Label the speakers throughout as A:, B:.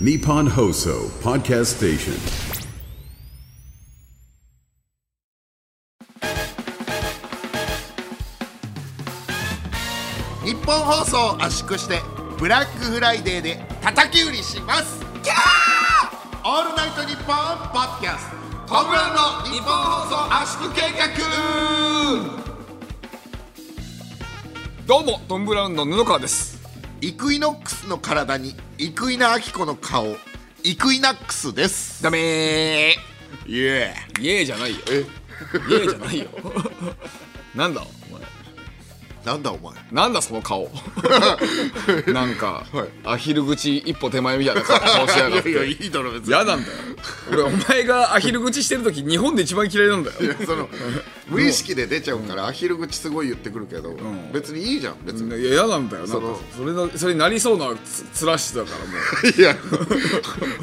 A: Nippon Hoso Podcast Station.
B: 日本放送を圧縮してブラックフライデーで叩き売りしますキャーオールナイトニッポンポッドキャストトムブラウンの日本放送圧縮計画
C: どうもトム・ブラウンの布川です
B: イクイノックスの体にイクイナアキコの顔イクイナックスです
C: ダメ
B: イエ
C: ーイエーじゃないよイエーじ ゃないよなんだお前
B: ーなんだお前
C: なんだそ の顔なんか、
B: はい
C: アヒル口一歩手前みたいな顔しやがって
B: いいだろ別
C: 嫌なんだよ俺お前がアヒル口してる時日本で一番嫌いなんだよ
B: その無意識で出ちゃうからアヒル口すごい言ってくるけど、
C: ん
B: 別にいいじゃん別に、
C: いや嫌なんだよなん
B: そ
C: か
B: の
C: それのそれになりそうなつつらしてたからもう
B: いや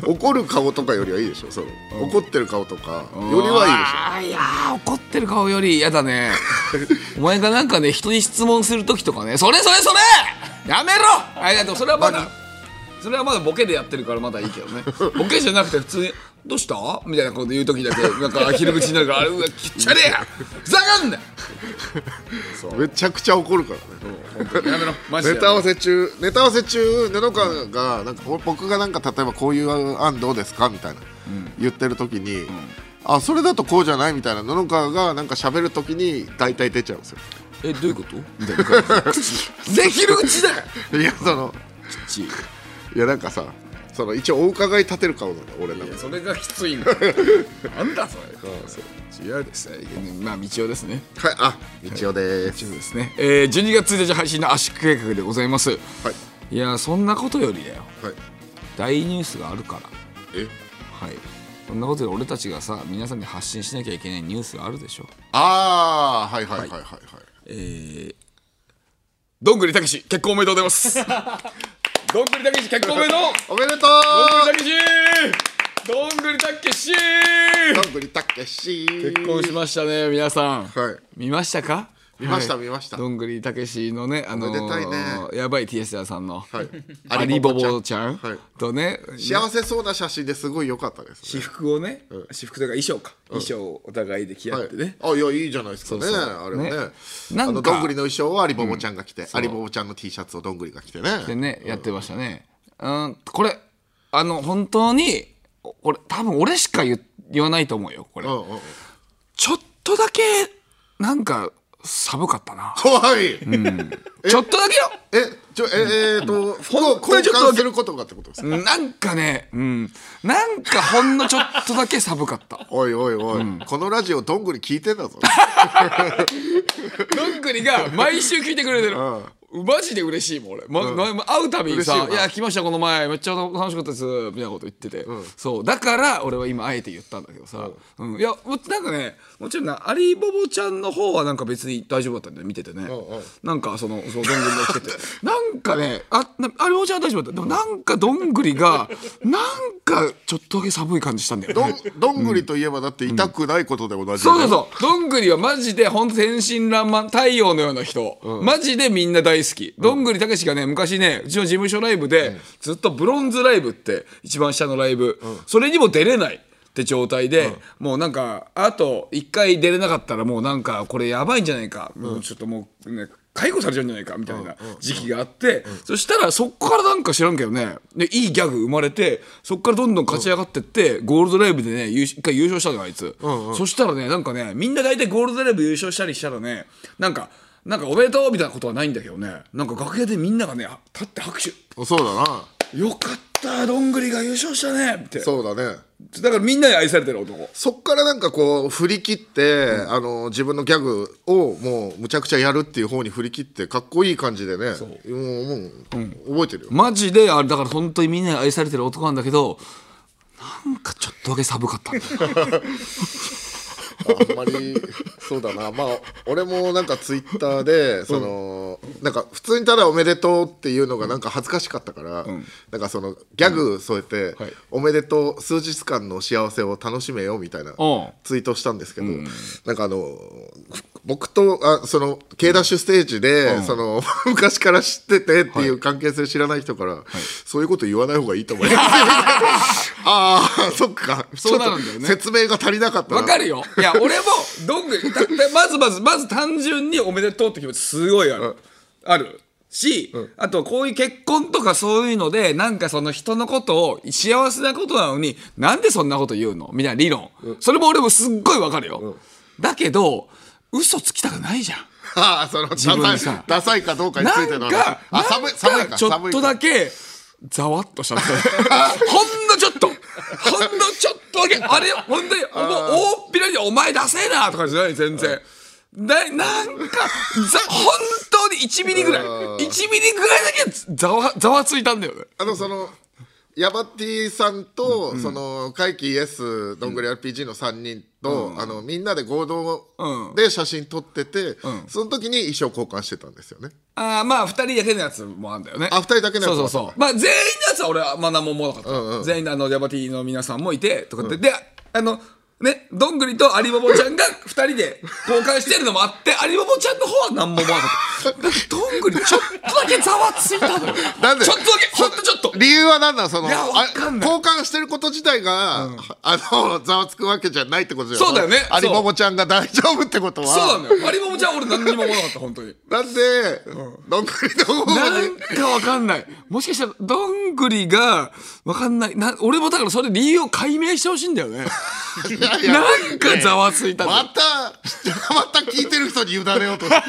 B: 怒る顔とかよりはいいでしょその、怒ってる顔とかよりはいいでしょ
C: あーいやー怒ってる顔より嫌だ ねお前がなんかね人に質問する時とかねそれそれそれやめろあいやでもそれはまだ
B: 何
C: それはまだボケでやってるからまだいいけどねボケじゃなくて普通に「どうした?」みたいなこと言う時だけなんかアヒル口になるから「あれ うわきっちゃねえやふざかんなよ
B: めちゃくちゃ怒るからね
C: やめろマジで
B: ネタ合わせ中ネタ合わせ中布川がなんかこう僕がなんか例えばこういう案どうですかみたいな、言ってる時に、あそれだとこうじゃないみたいな布川がなんか喋る時に大体出ちゃうんですよ
C: えどういうこと?」みたいな 口でひる口だよ
B: いやその
C: 口い
B: いやなんかさその一応お伺い立てる顔なの俺なん
C: や
B: か
C: それがきついん だよなんだそれ違うですねまあ道夫ですね
B: はいあ道夫です、
C: そうですね、えー、12月1日配信の圧縮計画でございます、い、
B: はい
C: やーそんなことよりだよ
B: はい
C: 大ニュースがあるから
B: え
C: はいそんなことより俺たちがさ皆さんに発信しなきゃいけないニュースがあるでしょ
B: ああはいはいはいはいはい、
C: どんぐりたけし結婚おめでとうございます どんぐりたけし結婚おめでとう
B: おめでとう
C: どんぐりたけしどんぐりたけし
B: どんぐりたけし
C: 結婚しましたね皆さん、
B: はい
C: 見ましたか
B: 見ました
C: はい
B: 見ました
C: どんぐりたけしのねあのー
B: おめでたいね
C: やばい TS 屋さんの、
B: はい
C: アリボボちゃん
B: はい
C: とね
B: 幸せそうな写真ですごい良かったです、
C: 私
B: ね。
C: 服をね、私服というか衣装か、衣装をお互いで着合ってね、
B: はい、あいやいいじゃないですかね
C: そうそう
B: あれはね
C: ね
B: あ
C: な
B: の
C: んか
B: どんぐりの衣装はアリボボちゃんが着て、アリボボちゃんの T シャツをどんぐりが着てね
C: でね、やってましたねうんこれあの本当にお俺多分俺しか言言わないと思うよこれ、
B: うんうんうん
C: ちょっとだけなんか寒かったな
B: 怖い、
C: ちょっとだけよ
B: えちょええー、と服を
C: 当
B: 交
C: にちょっとだ
B: 換
C: け
B: することがってことですか、
C: なんかね、うん、なんかほんのちょっとだけ寒かった
B: おいおいおい、このラジオどんぐり聞いてんだぞ
C: どんぐりが毎週聞いてくれてる。マジで嬉しいもん俺、まま会うたびに
B: 嬉しい
C: さ「
B: よ
C: い
B: な
C: や来ましたこの前めっちゃ楽しかったです」みたいなこと言ってて、そうだから俺は今あえて言ったんだけどさ、うんいやもうなんかねもちろんなアリボボちゃんの方はなんか別に大丈夫だったんだよ見ててね、なんかそのそのどんぐりが来て てなんかねあなアリボボちゃんは大丈夫だったでもなんかどんぐりがなんかちょっとだけ寒い感じしたんだよね
B: どんどんぐりといえばだって痛くないことで同じだよ、
C: そうそうそう。どんぐりはマジで本当天真爛漫、太陽のような人。マジでみんな大好き。どんぐりたけしがね、昔ね、うちの事務所ライブで、ずっとブロンズライブって、一番下のライブ、それにも出れない。って状態で、もうなんかあと一回出れなかったらもうなんかこれやばいんじゃないか、もうちょっともう、ね、解雇されちゃうんじゃないかみたいな時期があって、そしたらそこからなんか知らんけどねでいいギャグ生まれてそこからどんどん勝ち上がってって、ゴールドライブでね優勝一回優勝したのよあいつ、そしたらねなんかねみんな大体ゴールドライブ優勝したりしたらねなんかなんかおめでとうみたいなことはないんだけどねなんか楽屋でみんながね立って拍手
B: そうだな
C: よかったどんぐりが優勝したねって
B: そうだね
C: だからみんなに愛されてる男
B: そっからなんかこう振り切って、あの自分のギャグをもうむちゃくちゃやるっていう方に振り切ってかっこいい感じでねもうもう、覚えてるよ
C: マジであれだから本当にみんなに愛されてる男なんだけどなんかちょっとだけ寒かったんだよ
B: あんまりそうだなまあ俺もなんかツイッターでその、なんか普通にただ「おめでとう」っていうのがなんか恥ずかしかったから、なんかそのギャグ添えて、
C: はい
B: おめでとう数日間の幸せを楽しめよ」みたいな
C: うん
B: ツイートしたんですけど、なんかあの僕とあその K ダッシュステージで、その 昔から知っててっていう関係性知らない人から、そういうこと言わない方がいいと思います ああそっか
C: そうなん
B: ち
C: だよね
B: ょっと説明が足りなかったな
C: わかる よ。いや、俺も、どんぐり、だってまずまず、まず単純におめでとうって気持ちすごいある。ある。し、あとこういう結婚とかそういうので、なんかその人のことを幸せなことなのに、なんでそんなこと言うのみたいな理論。それも俺もすっごいわかるよ。だけど、嘘つきたくないじゃん。
B: あーその
C: 分に
B: ダサ
C: さ
B: いダサいかどうかにつ
C: ない
B: て
C: ん
B: の
C: か
B: 話、あ寒い寒い
C: なん
B: か
C: ちょっとだ
B: け
C: け、ざわっとしちゃった。 ほんのちょっと、ほんのちょっとだけ、あれ、ほんとに、お大っぴらにお前出せえなとかじゃない、全然。ななんか、ざ本当に1ミリぐらい、1ミリぐらいだけざわ、ざわついたんだよね。
B: あのそのヤバティさんと、その怪奇イエスどんぐり RPG の3人と、あのみんなで合同で写真撮ってて、その時に衣装交換してたんですよね
C: あーまあ、2人だけのやつもあんだよね。
B: あ二人だけのやつも
C: そうそうそう。まあ、全員のやつは俺はまあ何も思わなかった。全員のあの、ヤバティの皆さんもいて、とかって。で、あの、ね、どんぐりとアリバボちゃんが二人で交換してるのもあって、アリバボちゃんの方は何も思わなかった。だってどんぐりちょっとだけざわついたのよ。
B: なんで
C: ちょっとだけ、ほんとちょっと。
B: 理由は何なんその
C: いや
B: あ
C: わかんない
B: 交換してること自体が、あのざわつくわけじゃないってことじゃん
C: そうだよね
B: アリボボちゃんが大丈夫ってことは
C: そうなのよ。アリバボちゃんは俺何にも思わなかった、本当に。
B: なんで、どんぐりの方ま
C: な
B: で
C: んかわかんない。もしかしたら、どんぐりが、わかんない。な、俺もだからそれ理由を解明してほしいんだよね。
B: いやいや
C: なんかざわついたんだよ
B: また、また聞いてる人に委ねようとして。ラ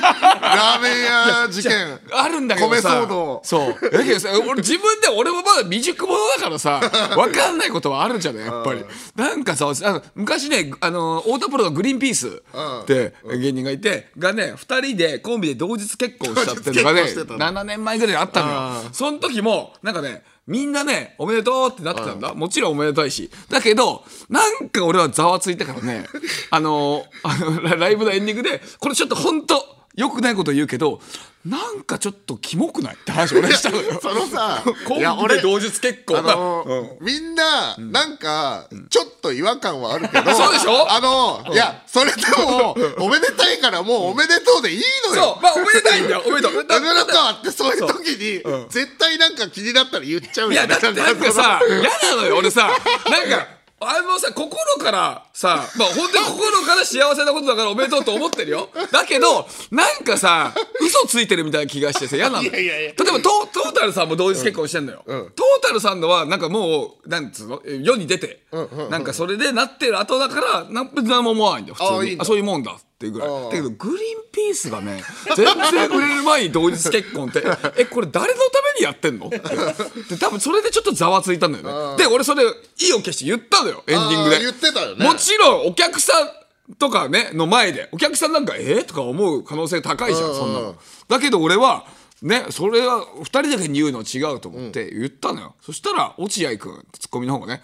B: ーメン屋事件。
C: あるんだけどさ
B: 米騒動
C: そうだけどさ俺自分で俺もまだ未熟者だか らさ分かんないことはあるじゃないやっぱりなんかさあの昔ねあの太田プロのグリーンピースって芸人がいてがね2人でコンビで同日結婚しちゃってるのがね
B: 同日結婚してた
C: 7年前ぐらいにあったのよその時もなんかねみんなねおめでとうってなってたんだもちろんおめでたいしだけどなんか俺はざわついたから ねあのあのラライブのエンディングでこれちょっと本当よくないこと言うけどなんかちょっとキモくないって話俺したの よ
B: そのさ、
C: コ
B: いや
C: ンビ
B: 俺
C: で同日結
B: あ
C: 婚だ、
B: のーみんな、なんか、ちょっと違和感はあるけど、
C: そうでしょ
B: あのーいや、それでも、おめでたいからもうおめでとうでいいの
C: そ
B: よ
C: う。まあおめでたいんだよ おめでとう
B: だ
C: だ
B: からかってそういう時に、絶対なんか気になったら言っちゃう
C: い
B: よ
C: や
B: ね
C: だ ってなんかさ嫌なのよ俺さなんかあのさ心からさまあ本当に心から幸せなことだからおめでとうと思ってるよだけどなんかさ嘘ついてるみたいな気がしてさ嫌なの
B: いやいやいや
C: 例えばトトータルさんも同日結婚してんのよ、トータルさんのはなんかもうなんつうのえ世に出て、なんかそれでなってる後だからなん別に何も思わないんだよ普通に
B: あいいんだ
C: あそういうもんだっていうぐらい
B: ああ
C: だけどグリーンピースがね全然売れる前に同日結婚 ってえこれ誰のためにやってんのってで多分それでちょっとざわついたんだよねで俺それ意を決して言ったのよエンディングで
B: あー言ってたよね
C: もちろんお客さんとかねの前でお客さんなんかえー、とか思う可能性高いじゃんそんなのだけど俺はねそれは2人だけに言うのは違うと思って言ったのよ、そしたら落合君ツッコミの方がね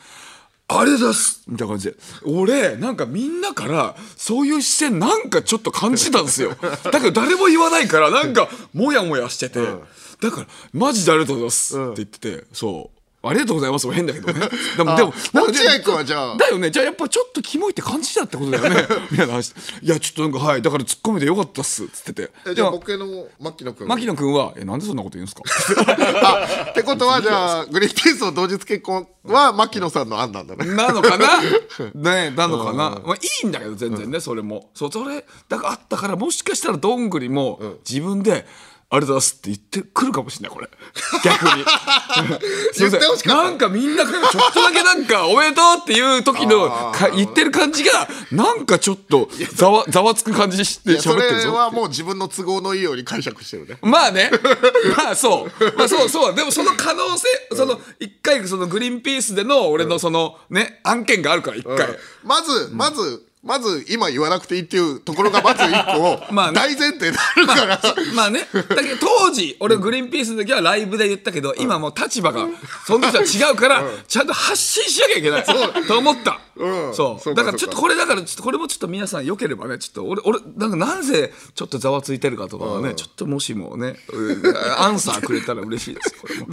C: あれですみたいな感じで俺なんかみんなからそういう視線なんかちょっと感じたんですよだけど誰も言わないからなんかモヤモヤしてて、だからマジでありがとうございますって言ってて、そうありがとうございますも変だけどねでもでもなんかね
B: 落合君はじゃあ
C: だよねじゃあやっぱちょっとキモいって感じたってことだよ ねみたいな話いやちょっとなんかはいだからツッコミでよかったっすっつってて
B: えじゃあ
C: でも
B: 僕の牧野君
C: 牧野君は「えなんでそんなこと言うんですか?
B: あってことはじゃあグリーンピースの同日結婚は牧野さんの案なんだ」ね
C: なのか なねなのかな、まあ、いいんだけど全然ねそれもそうそれだからあったからもしかしたらどんぐりも自分で「ありがとうございます」って言ってくるかもしれないこれ 逆にすいませ
B: 言
C: ん
B: ってほしかった
C: なんかみんなからちょっとだけなんか「おめでとう」っていう時のか言ってる感じがなんかちょっとざわざわつく感じして
B: いやそ
C: 喋ってる
B: れ
C: ぞ
B: はもう自分の都合のいいように解釈してるね
C: まあね。 まあそう。まあそうそう。でもその可能性、その、一回そのグリーンピースでの俺のそのね、案件があるから一回。
B: まずまずまず今言わなくていいっていうところがまず一個
C: まあね
B: 大前提であるから
C: まあね。だけど当時、俺グリーンピースの時はライブで言ったけど、今もう立場が、その時は違うから、ちゃんと発信しなきゃいけない。と思った。
B: うん
C: そ。
B: そううか
C: だからちょっとこれだから、ちょっとこれもちょっと皆さん良ければね、ちょっと俺、俺、なんかなぜちょっとざわついてるかとかはね、ちょっともしもね、うんアンサーくれたら嬉しいです。これも。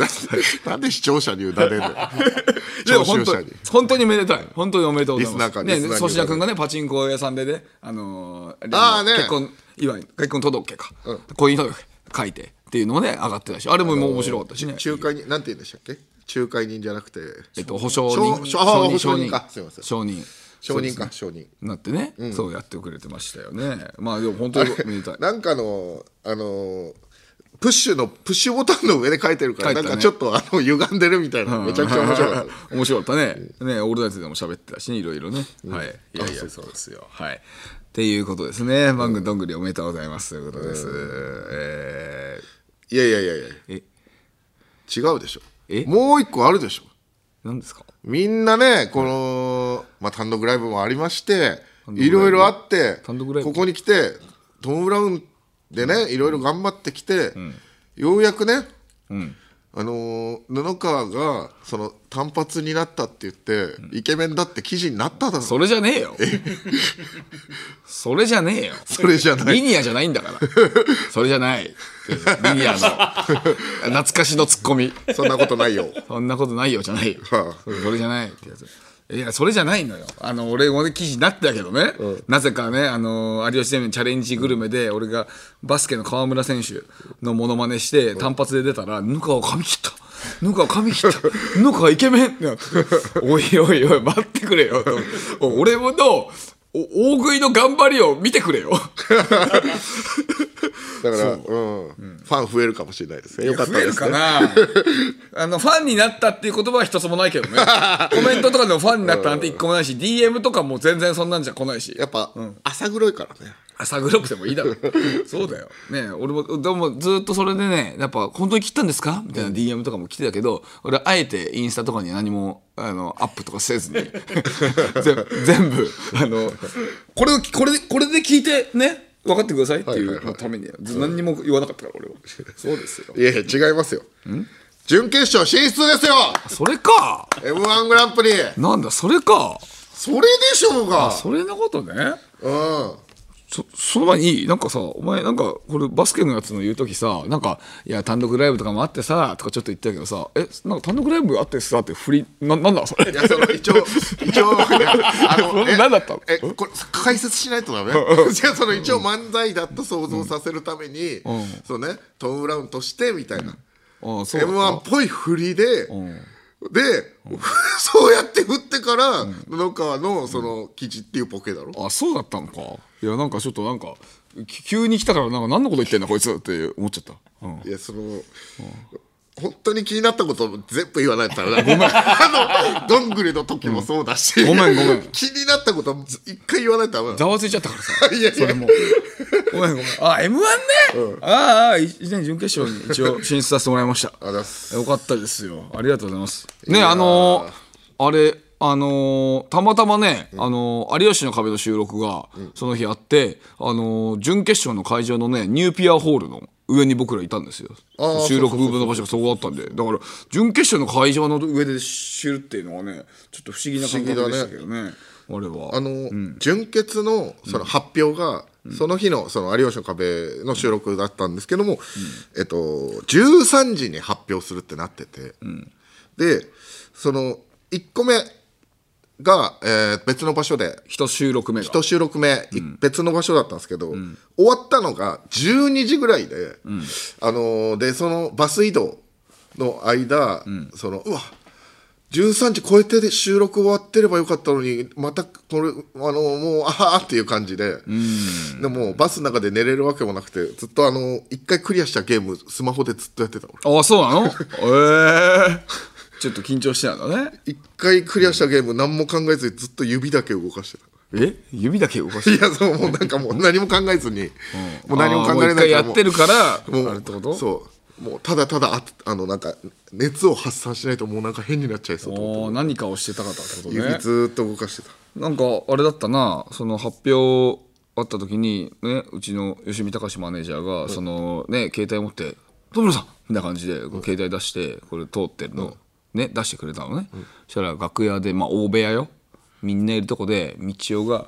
B: なんで視聴者に委ねるの
C: で
B: 聴
C: も本
B: 衆
C: 当
B: 者
C: に
B: に
C: 本当におめでたい本当におめでとうござ
B: リ
C: い
B: スナー
C: ま
B: か
C: す
B: リス
C: ね
B: ナーに
C: 粗品君がねパチチンコ屋さんでね、あのー
B: あーね
C: 結婚祝い結婚届けか、婚姻届書いてっていうのもね上がってたしあれももう面白かったしね、
B: 仲介人なんて言うんでしたっけ仲介人じゃなくて
C: えっと、保証
B: 証
C: 人
B: 証あ保証
C: 証
B: 人かすい
C: 人
B: ません
C: 証人
B: 証人か証人
C: なってね、そうやってくれてましたよねまあでも本当にめでたい
B: なんかのあのプッシュのプッシュボタンの上で書いてるから、
C: 書
B: ないん
C: てたね
B: かちょっとあの歪んでるみたいなめちゃくちゃ面白かった
C: 面白かったね。ね、オールナイトでも喋ってたしね、いろいろね。はい。いやい
B: あそ
C: や、
B: う
C: そうですよ。はい。っていうことですね。マングどんぐりおめでとうございます。ということです。え
B: いやいやいやいや
C: え
B: 違うでしょ
C: え
B: もう一個あるでしょ
C: ー、何ですか
B: みんなねこの、まあ、単独ライブもありましていろいろあって
C: 単独ライブ
B: ここに来てトム・ブラウンでねいろいろ頑張ってきて、ようやくね、あのー布川がその単発になったって言って、イケメンだって記事になっただろ
C: それじゃねえよ。 それじゃねえよ。
B: それじゃない
C: リニアじゃないんだから。それじゃない。リニアの、懐かしのツッコミ。
B: そんなことないよ
C: そんなことないよじゃないよ。
B: はあ
C: それそれじゃないってやつ。いや、それじゃないのよ。あの、俺もね、記事になってたけどね。なぜかね、あの、有吉ゼミのチャレンジグルメで、俺がバスケの河村選手のモノマネして、単発で出たら、ぬかを髪切った。ぬかを髪切った。ぬかはイケメンってなって、おいおいおい、待ってくれよ。とお俺もの、お大食いの頑張りを見てくれよ。
B: だからうんファン増えるかもしれないですねよかった
C: 増え
B: で
C: る
B: す
C: か
B: ね
C: なあのファンになったっていう言葉は一つもないけど ねコメントとかでもファンになったなんて一個もないし DM とかも全然そんなんじゃ来ないし
B: やっぱ、朝黒いからね
C: 朝黒くてもいいだ ろそうだよねえ俺もでもずっとそれでねやっぱ本当に切ったんですかみたいな DM とかも来てたけど俺あえてインスタとかには何もあのアップとかせずに ぜ全部あのこれをこれでこれで聞いてね分かってくださいっていうためにず何にも言わなかったから 俺はそうですよ
B: いやいや違いますよ準決勝進出ですよ
C: それか
B: m 1グランプリ
C: なんだそれか
B: それでしょうが
C: それのことね
B: うん
C: そその前にいいなんかさお前なんかこれバスケのやつの言う時さなんかいや単独ライブとかもあってさとかちょっと言ってたけどさえなんか単独ライブあってさって振りななんだそれ
B: いや、その一応、一応、いやあ の、え
C: 何だったの
B: え、これ、解説しないとダメ。じゃ、その一応漫才だと想像させるために、そうね、トムブラウンとしてみたいな。
C: ああそうだ
B: M1 っぽい振りで、で、 そうやって振ってから、布川のその記事っていうポケだろ。
C: あそうだったのかいやなんかちょっとなんかき急に来たからなんか何のこと言ってんだこいつって思っちゃった、うん、
B: いや、その、本当に気になったこと全部言わないとダメだ。ごめん。 あの、どんぐりの時もそうだし、
C: ごめんごめん
B: 気になったこと一回言わないとダメだ。
C: ざわついちゃったからさ
B: いやいや
C: それもごめんごめんあ m 1ね、あああ一年準決勝に一応進出させてもらいました
B: あざっす
C: よかったですよ。ありがとうございます。ね、あのーあれ、あのーたまたまね、あのー有吉の壁の収録が、その日あって、あのー準決勝の会場のね、ニューピアホールの上に僕らいたんですよ
B: あ。ー
C: 収録部分の場所がそこだったんで。だから、準決勝の会場の上で知るっていうのはね、ちょっと不思議な感
B: 不思議
C: 覚で
B: だね
C: したけどね。あれは。
B: あの、純潔のその発表が、その日のその有吉の壁の収録だったんですけども、えっと、13時に発表するってなってて、でその1個目が、えー別の場所で
C: 一収録目が。
B: 一収録目、い別の場所だったんですけど、終わったのが12時ぐらいで、あのーでそのバス移動の間、そのうわ13時超えてで収録終わってればよかったのにまたこれあのーもうああっていう感じで、でもうバスの中で寝れるわけもなくてずっとあのー一回クリアしたゲームスマホでずっとやってた俺
C: ああ、そう なのええちょっと緊張してたんだね。
B: 一回クリアしたゲーム何も考えずにずっと指だけ動かしてた
C: え指だけ動かして
B: いやそうもうなんかもう何も考えずに、もう何も考えれな
C: あーもう一回
B: い
C: や
B: も
C: っ
B: う
C: てるから
B: もう
C: あれってこと
B: そうもうただただああのなんか熱を発散しないともうなんか変になっちゃいそうと思って
C: おー何かをしてたかったってこと
B: 指
C: ね
B: ずーっと動かしてた
C: なんかあれだったなその発表あった時にねうちの吉見隆マネージャーが、そのね携帯持って「戸村さん!」みたいな感じでこう携帯出してこれ通ってるの、ね出してくれたのね、そしたら楽屋でまあ大部屋よみんないるとこで道夫が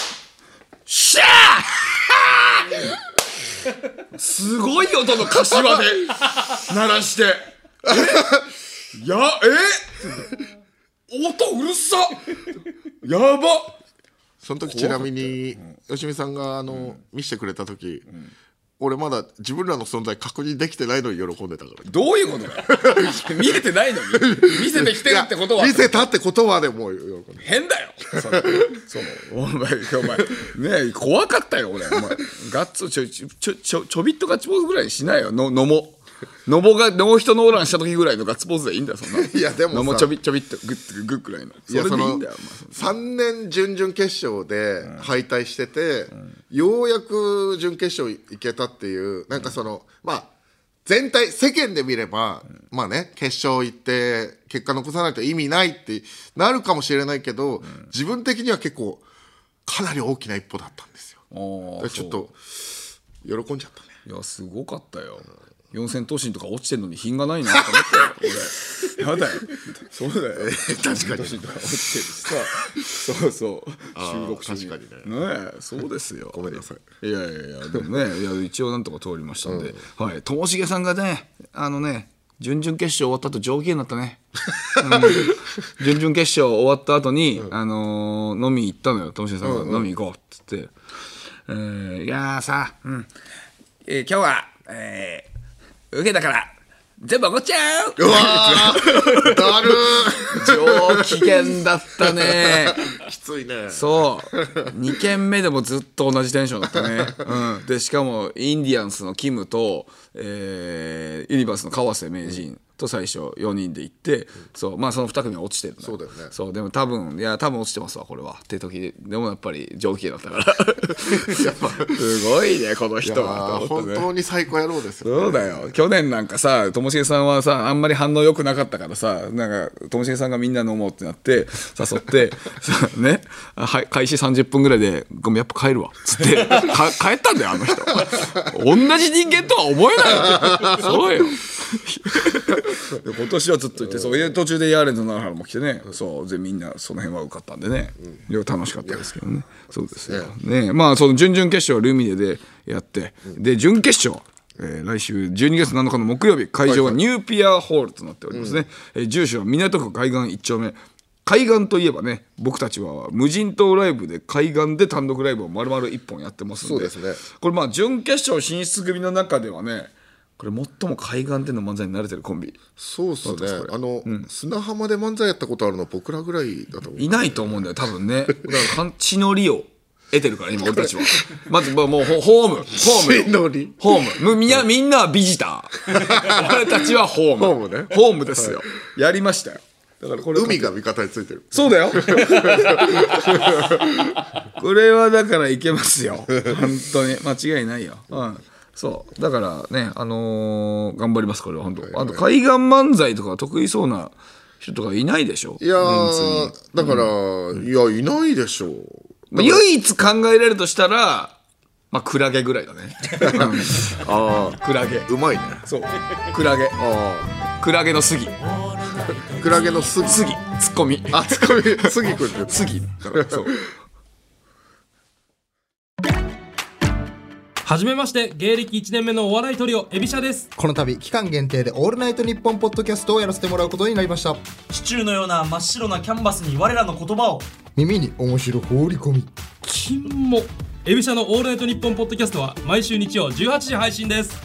C: 「しゃ ー! 」すごい音の柏で鳴ら して「えやえ音うるさやば
B: その時ちなみに吉見さんがあの、見せてくれた時、俺まだ自分らの存在確認できてないのに喜んでたから
C: どういうことだよ見えてないのに見せてきてるってことはい
B: や見せたってことはでもう喜んで
C: 変だよそのそのお前お前ねえ怖かったよ俺お前ガッツちょちょちょちょちょびっとガッツポーズぐらいにしないよののものぼがノーヒットノーランした時ぐらいのガッツポーズでいいんだよそんない
B: いやでもさ
C: のもちょびちょびっとグッとグッぐらいのそ
B: いや
C: れで
B: そ
C: いい
B: の
C: んだよお前
B: 3年準々決勝で敗退してて、ようやく準決勝行けたっていうなんかその、まあ全体世間で見れば、まあね決勝行って結果残さないと意味ないってなるかもしれないけど、自分的には結構かなり大きな一歩だったんですよ
C: おー
B: だからちょっと喜んじゃったね
C: いやすごかったよ四千頭身とか落ちてんのに品がないなと思ったよ俺やだよそうだよ確かにとか落ちてるしさそうそう収録中に
B: 確か
C: ねえそうですよ
B: ごめんなさい
C: いやいやいやでも ねいや一応なんとか通りましたんで、はいともしげさんがねあのね準々決勝終わった後上機嫌だった ね、うん準々決勝終わった後に、あのー飲み行ったのよともしげさんが、飲み行こうっつって、えーいやーさ、うんえー今日は、えー、受けたから全部怒っちゃう
B: うわーだる
C: 上機嫌だった ね
B: ーきついね
C: そう2軒目でもずっと同じテンションだったね、うん、でしかもインディアンスのキムと、えーユニバースの川瀬名人と最初4人で行って、そうまあその2組は落ちてるの
B: そうだよね
C: そうでも多分いや多分落ちてますわこれはって時ででもやっぱり上機嫌だったから やっぱ すごいねこの人はと思っ
B: 本
C: たね
B: 当に最高野郎ですよ
C: そうだよ去年なんかさともしげさんはさあんまり反応良くなかったからさなんかともしげさんがみんな飲もうってなって誘って さねあはい開始30分ぐらいで「ごめんやっぱ帰るわ」っつって か帰ったんだよあの人同じ人間とは思えないよそうよで 今年はずっと言ってそうで途中でヤーレンズの奈良原も来てねそうでみんなその辺は受かったんでねいや楽しかったですけどねそうですよねまあその準々決勝はルミネでやってで準決勝えー来週12月7日の木曜日会場はニューピアホールとなっておりますね、えー住所は港区海岸1丁目海岸といえばね僕たちは無人島ライブで海岸で単独ライブを丸々1本やってますんで
B: そうですね
C: これまあ準決勝進出組の中ではねこれ最も海岸での漫才に慣れてるコンビ
B: そうっすね。あの、砂浜で漫才やったことあるの僕らぐらいだと思う。
C: いないと思うんだよ多分ねだからか血のりを得てるから今俺たちはまずまあもうホホームホームよ
B: 血のり
C: ホームむみんなみんなはビジター俺たちはホーム
B: ホームね
C: ホームですよ、やりましたよだからこれ
B: 海が味方についてる。
C: そう だよこれはだからいけますよ本当に間違いないよ、うん、そうだからねあのー頑張りますこれは本当、あと海岸漫才とか得意そうな人とかいないでしょ
B: いやー、だから、いや、いないでしょう。
C: まあ唯一考えられるとしたら、まあ、クラゲぐらいだね。
B: あ
C: クラゲ。
B: うまいね。
C: そう。クラゲ。
B: あ
C: クラゲの杉。
B: あ、クラゲのすぎ。
C: 杉。ツッコミ。
B: あ、つかみ、すぎくんって。
C: 杉だから。そう。
D: はじめまして芸歴1年目のお笑いトリオエビシャです
E: この度期間限定で「オールナイトニッポン」ポッドキャストをやらせてもらうことになりました
F: シチューのような真っ白なキャンバスに我らの言葉を
E: 耳に面白放り込み
D: 金もエビシャの「オールナイトニッポン」ポッドキャストは毎週日曜18時配信です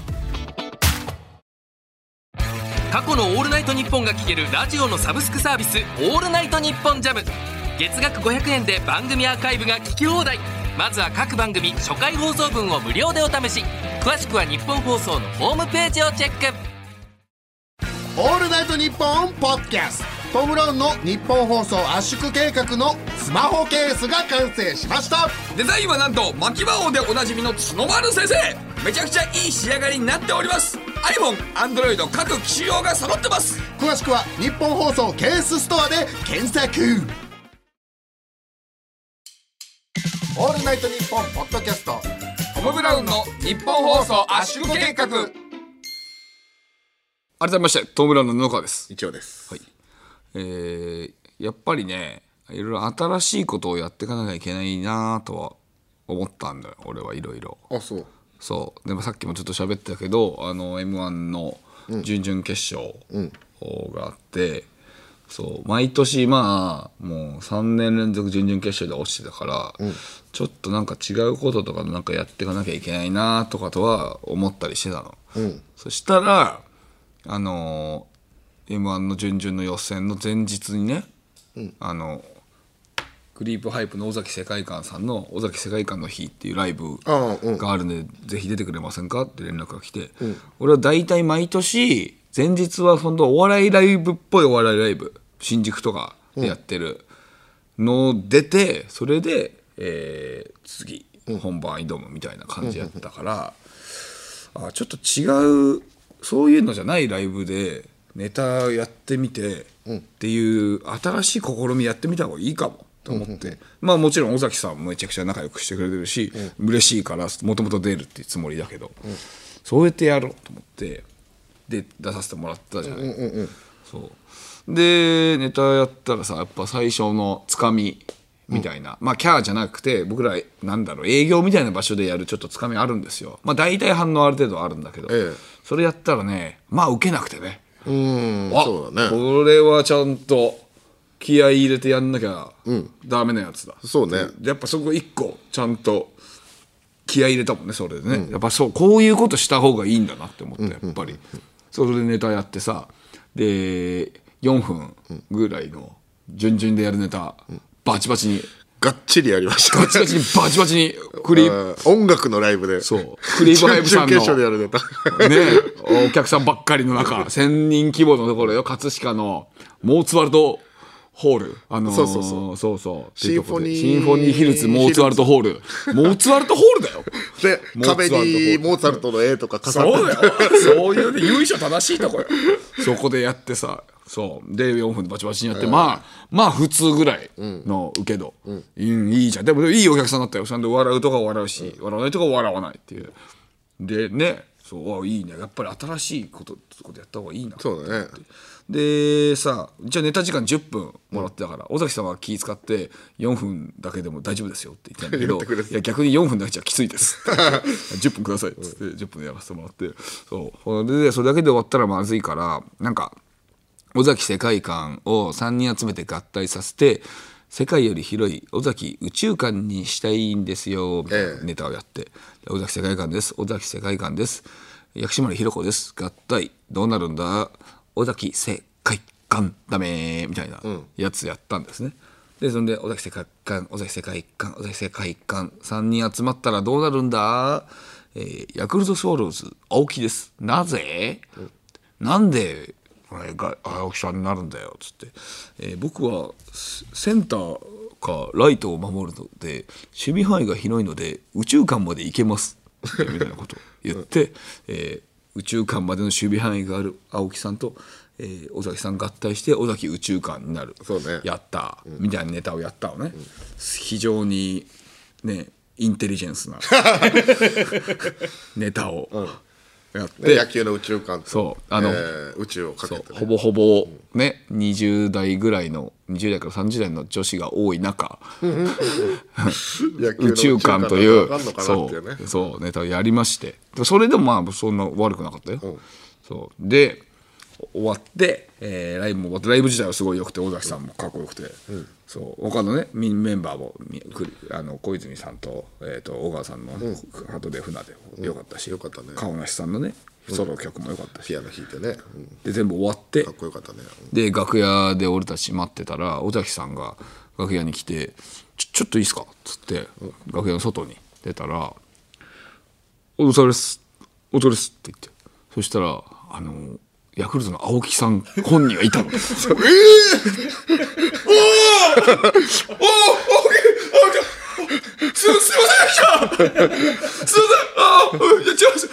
G: 過去の「オールナイトニッポン」が聴けるラジオのサブスクサービス「オールナイトニッポンジャム月額500円で番組アーカイブが聞き放題まずは各番組初回放送分を無料でお試し詳しくは日本放送のホームページをチェック
B: オールナイトニッポンポッドキャスト。トム・ブラウンの日本放送圧縮計画のスマホケースが完成しました。
C: デザインはなんと、巻き魔王でおなじみの角丸先生。めちゃくちゃいい仕上がりになっております。iPhone、Android 各機種用が揃ってます。
B: 詳しくは日本放送ケースストアで検索オールナイトニッポンポッドキャスト
C: トム・ブラウンの日本放送圧縮計画。改めまして、トム・ブラウンの布川です。
B: 一応です、はい、
C: えーやっぱりねいろいろ新しいことをやっていかなきゃいけないなとは思ったんだよ俺はいろいろ
B: あそう
C: そうでもさっきもちょっと喋ったけどあの m 1の準々決勝があって、そう毎年まあもう3年連続準々決勝で落ちてたから、ちょっとなんか違うこととかなんかやっていかなきゃいけないなとかとは思ったりしてたの、そしたらあの m 1の準々の予選の前日にね、あのクリープハイプの尾崎世界観さんの「尾崎世界観の日」っていうライブ
B: ああうん
C: があるんで、ぜひ出てくれませんかって連絡が来て、俺は大体毎年前日は本当お笑いライブっぽいお笑いライブ新宿とかでやってるの出てそれで、えー次本番挑むみたいな感じやったから、あちょっと違うそういうのじゃないライブでネタやってみてっていう新しい試みやってみた方がいいかもと思って、まあもちろん尾崎さんもめちゃくちゃ仲良くしてくれてるし、嬉しいからもともと出るっていうつもりだけど、そうやってやろうと思ってで出させてもらったじゃない、そうでネタやったらさやっぱ最初のつかみみたいな、まあキャーじゃなくて僕らなんだろう営業みたいな場所でやるちょっとつかみあるんですよまあ大体反応ある程度あるんだけど、
B: ええ
C: それやったらねまあ受けなくてね
B: うん
C: あ
B: そうだね
C: これはちゃんと気合い入れてやんなきゃダメなやつだ、
B: そうね
C: やっぱそこ一個ちゃんと気合い入れたもんねそれでね、やっぱそうこういうことした方がいいんだなって思ってやっぱり、それでネタやってさで4分ぐらいの順々でやるネタ、バチバチに
B: がっちりやりました
C: バチバチにバチバチにクリー
B: あー 音楽のライブで
C: そうクリープハイブさんの
B: 準々決勝でやるネタ
C: ねお客さんばっかりの中1000人 規模のところよ葛飾のモーツワルトホールあのー
B: そうそうそう
C: そうそうっていうとこで
B: シ
C: シ
B: ン
C: ン
B: フ
C: フ
B: ォ
C: ォ
B: ニー
C: ニーヒルズモーツワルトホールモーツワルトホー ルだよ
B: で
C: モーツァ
B: 壁
C: ルト
B: にモーツァルトの絵とか飾って
C: そうだよそういうね由緒正しいとこよそこでやってさそうで4分でバチバチにやって、まあまあ普通ぐらいの受けど、うんいいじゃんでもいいお客さんだったよちゃんと笑うとか笑うし、笑わないとか笑わないっていうでねそうあいいねやっぱり新しいことことやった方がいいな
B: そうだね
C: でさ一応ネタ時間10分もらってたから、尾崎さんは気使って4分だけでも大丈夫ですよって言ったんだけ
B: 言ってくれ
C: ど
B: て
C: いや逆に4分だけじゃきついです って10分くださいっつって10分やらせてもらってそうそれでそれだけで終わったらまずいからなんか尾崎世界観を3人集めて合体させて世界より広い尾崎宇宙観にしたいんですよみたいな
B: ええ
C: ネタをやって「尾崎世界観です尾崎世界観です薬師丸ひろ子です合体どうなるんだ尾崎世界観だめ」みたいなやつやったんですね。でそんで尾崎世界観尾崎世界観尾崎世界観3人集まったらどうなるんだ、えーヤクルトスワローズ青木ですなぜ、なんでこれが青木さんになるんだよっつって、えー僕はセセンターかライトを守るので守備範囲が広いので宇宙間まで行けますみたいなことを言って、えー宇宙間までの守備範囲がある青木さんと、えー尾崎さん合体して尾崎宇宙間になる
B: そうね
C: やった、みたいなネタをやったのね、非常にねインテリジェ ンスなネタをやって、
B: ね野球の宇宙観と
C: そうあの
B: えー宇宙をかけて
C: ほ
B: ね
C: ぼほぼね、20代ぐらいの20代から30代の女子が多い中
B: 野球の
C: 宇宙観という
B: 宇宙観なんてわかんのかな
C: そ
B: っていうね
C: うそうネタをやりましてでもそれでもまあそんな悪くなかったよ、そうで終わって、えーライブも終わってライブ自体はすごい良くて尾崎さんもかっこよくて、そう他のねみメンバーもみくりあの小泉さんと,、えー、と小川さんの「ハートで船」でも良かったし、
B: 良かったね
C: 顔なしさんのねソロ曲も良かったし、
B: ピアノ弾いてね、うん
C: で全部終わって
B: かっこよかったね、
C: で楽屋で俺たち待ってたら尾崎さんが楽屋に来て「ちょちょっといいっすか?」っつって楽屋の外に出たら「お疲れっすお疲れっす」って言ってそしたらあのヤクルトの青木さん本人がいたの。ええー、おーおー青木青木すすいませんでしたすいませんあーいや違います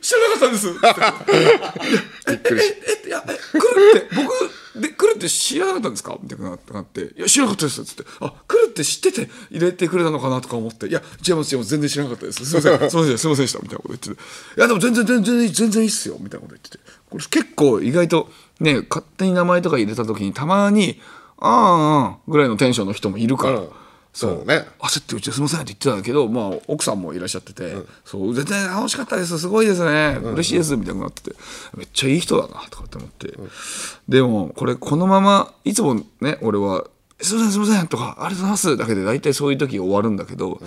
C: 知らなかったんですえ、え、いや、え、来るって、僕、で、来るって知らなかったんですかみたいななって、いや、知らなかったです。つって、あ、来るって知ってて入れてくれたのかなとか思って、いや、違います、違います、全然知らなかったです。すいません、すいません、すいませんでした、みたいなこと言ってて、いや、でも全然、全然、全然いいっすよ、みたいなこと言ってて、これ結構意外と、ね、勝手に名前とか入れた時に、たまに、あーあー、ぐらいのテンションの人もいるから、
B: そうね
C: 焦ってうちですいませんって言ってたんだけど、まあ、奥さんもいらっしゃってて、そう全然楽しかったですすごいですね嬉しいですみたいになっててめっちゃいい人だなとかって思って、でもこれこのままいつもね俺は「すいませんすいません」とか「ありがとうございます」だけで大体そういう時終わるんだけど、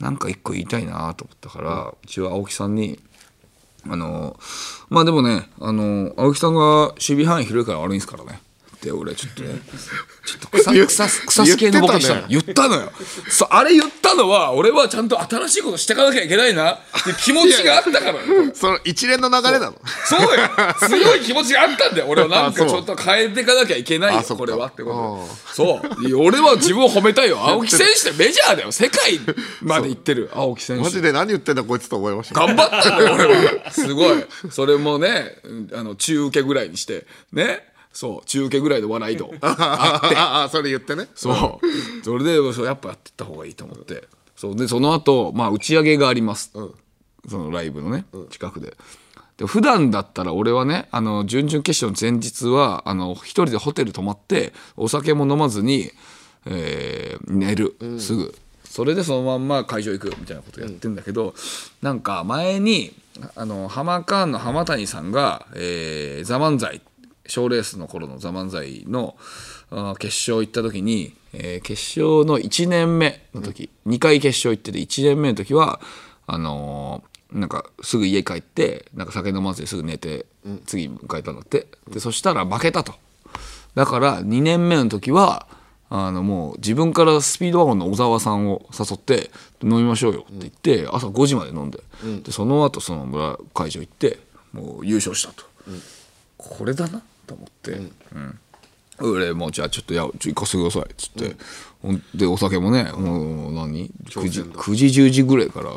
C: なんか一個言いたいなと思ったから、うちは青木さんに「あのまあでもねあの青木さんが守備範囲広いから悪いんですからねって俺ちょっとねちょっと草草草す系のボケしたの言ったのよそうあれ言ったのは俺はちゃんと新しいことしてかなきゃいけないなっていう気持ちがあったからよ
B: その一連の流れなの
C: そうよ強い気持ちがあったんだよ俺はなんか
B: あ
C: ち
B: そ
C: ょ
B: う
C: っと変えていかなきゃいけないよ
B: あそっか
C: これはってことそういや俺は自分を褒めたい よ青木選手ってメジャーだよ世界まで行ってる青木選手
B: マジで何言ってんだこいつと思いました
C: 頑張ったんだよ、俺は。すごい。それもね、うんあの、中受けぐらいにして、ね。そう、中受けぐらいの笑いと。
B: ああ あそれ言ってね
C: そう。それで、そうやっぱやってった方がいいと思って。そう。で、その後、まあ、打ち上げがあります。そのライブのね、近くで。で普段だったら俺はねあの準々決勝の前日はあの一人でホテル泊まってお酒も飲まずに、えー寝るすぐ、それでそのまんま会場行くみたいなことやってんだけど、なんか前にあのハマカーンの浜谷さんが「えー、ザ漫才賞レースの頃の「ザ漫才のあー決勝行った時に、えー決勝の1年目の時、2回決勝行ってて1年目の時はあのーなんかすぐ家帰ってなんか酒飲まずにすぐ寝て、次迎えたんだってでそしたら負けたとだから2年目の時はあのもう自分からスピードワゴンの小沢さんを誘って飲みましょうよって言って、朝5時まで飲んで,、でその後その村会場行ってもう優勝したと、これだなと思って、俺もうじゃあちょっといやちょ行かせてくださいっつって、ほんでお酒もね、もう何9時 ,9 時10時ぐらいから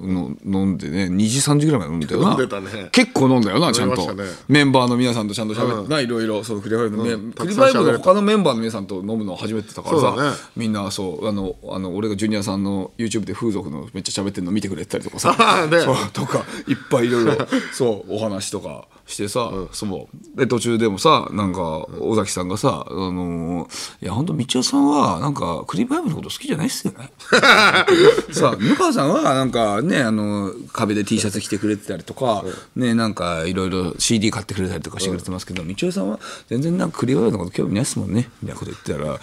C: の飲んでね2時3時ぐらいまで飲んだよな
B: 飲んでたね
C: 結構飲んだよなちゃんと、
B: 飲みましたね
C: メンバーの皆さんとちゃんと喋ってな、いろいろそのクリファイブのメン、
B: うん
C: クリファ
B: たく
C: イブ
B: さん喋
C: の
B: れた
C: 他のメンバーの皆さんと飲むの初めてだからさ
B: そうだね
C: みんなそうあのあの俺がジュニアさんの YouTube で風俗のめっちゃ喋ってるの見てくれてたりとかさ、
B: ね
C: そうとかいっぱいいろい ろそうお話とかしてさ、そうで途中でもさなんか尾崎さんがさ「あのーいや本当道夫さんはなんかクリファイブのこと好きじゃないっすよ ね」さあ向川さんはなんかねあの壁で T シャツ着てくれてたりとか、ねなんかいろいろ CD 買ってくれたりとかしてくれてますけど、道夫さんは全然なんかクリファイブのこと興味ないですもんねみたいなこと言ってたら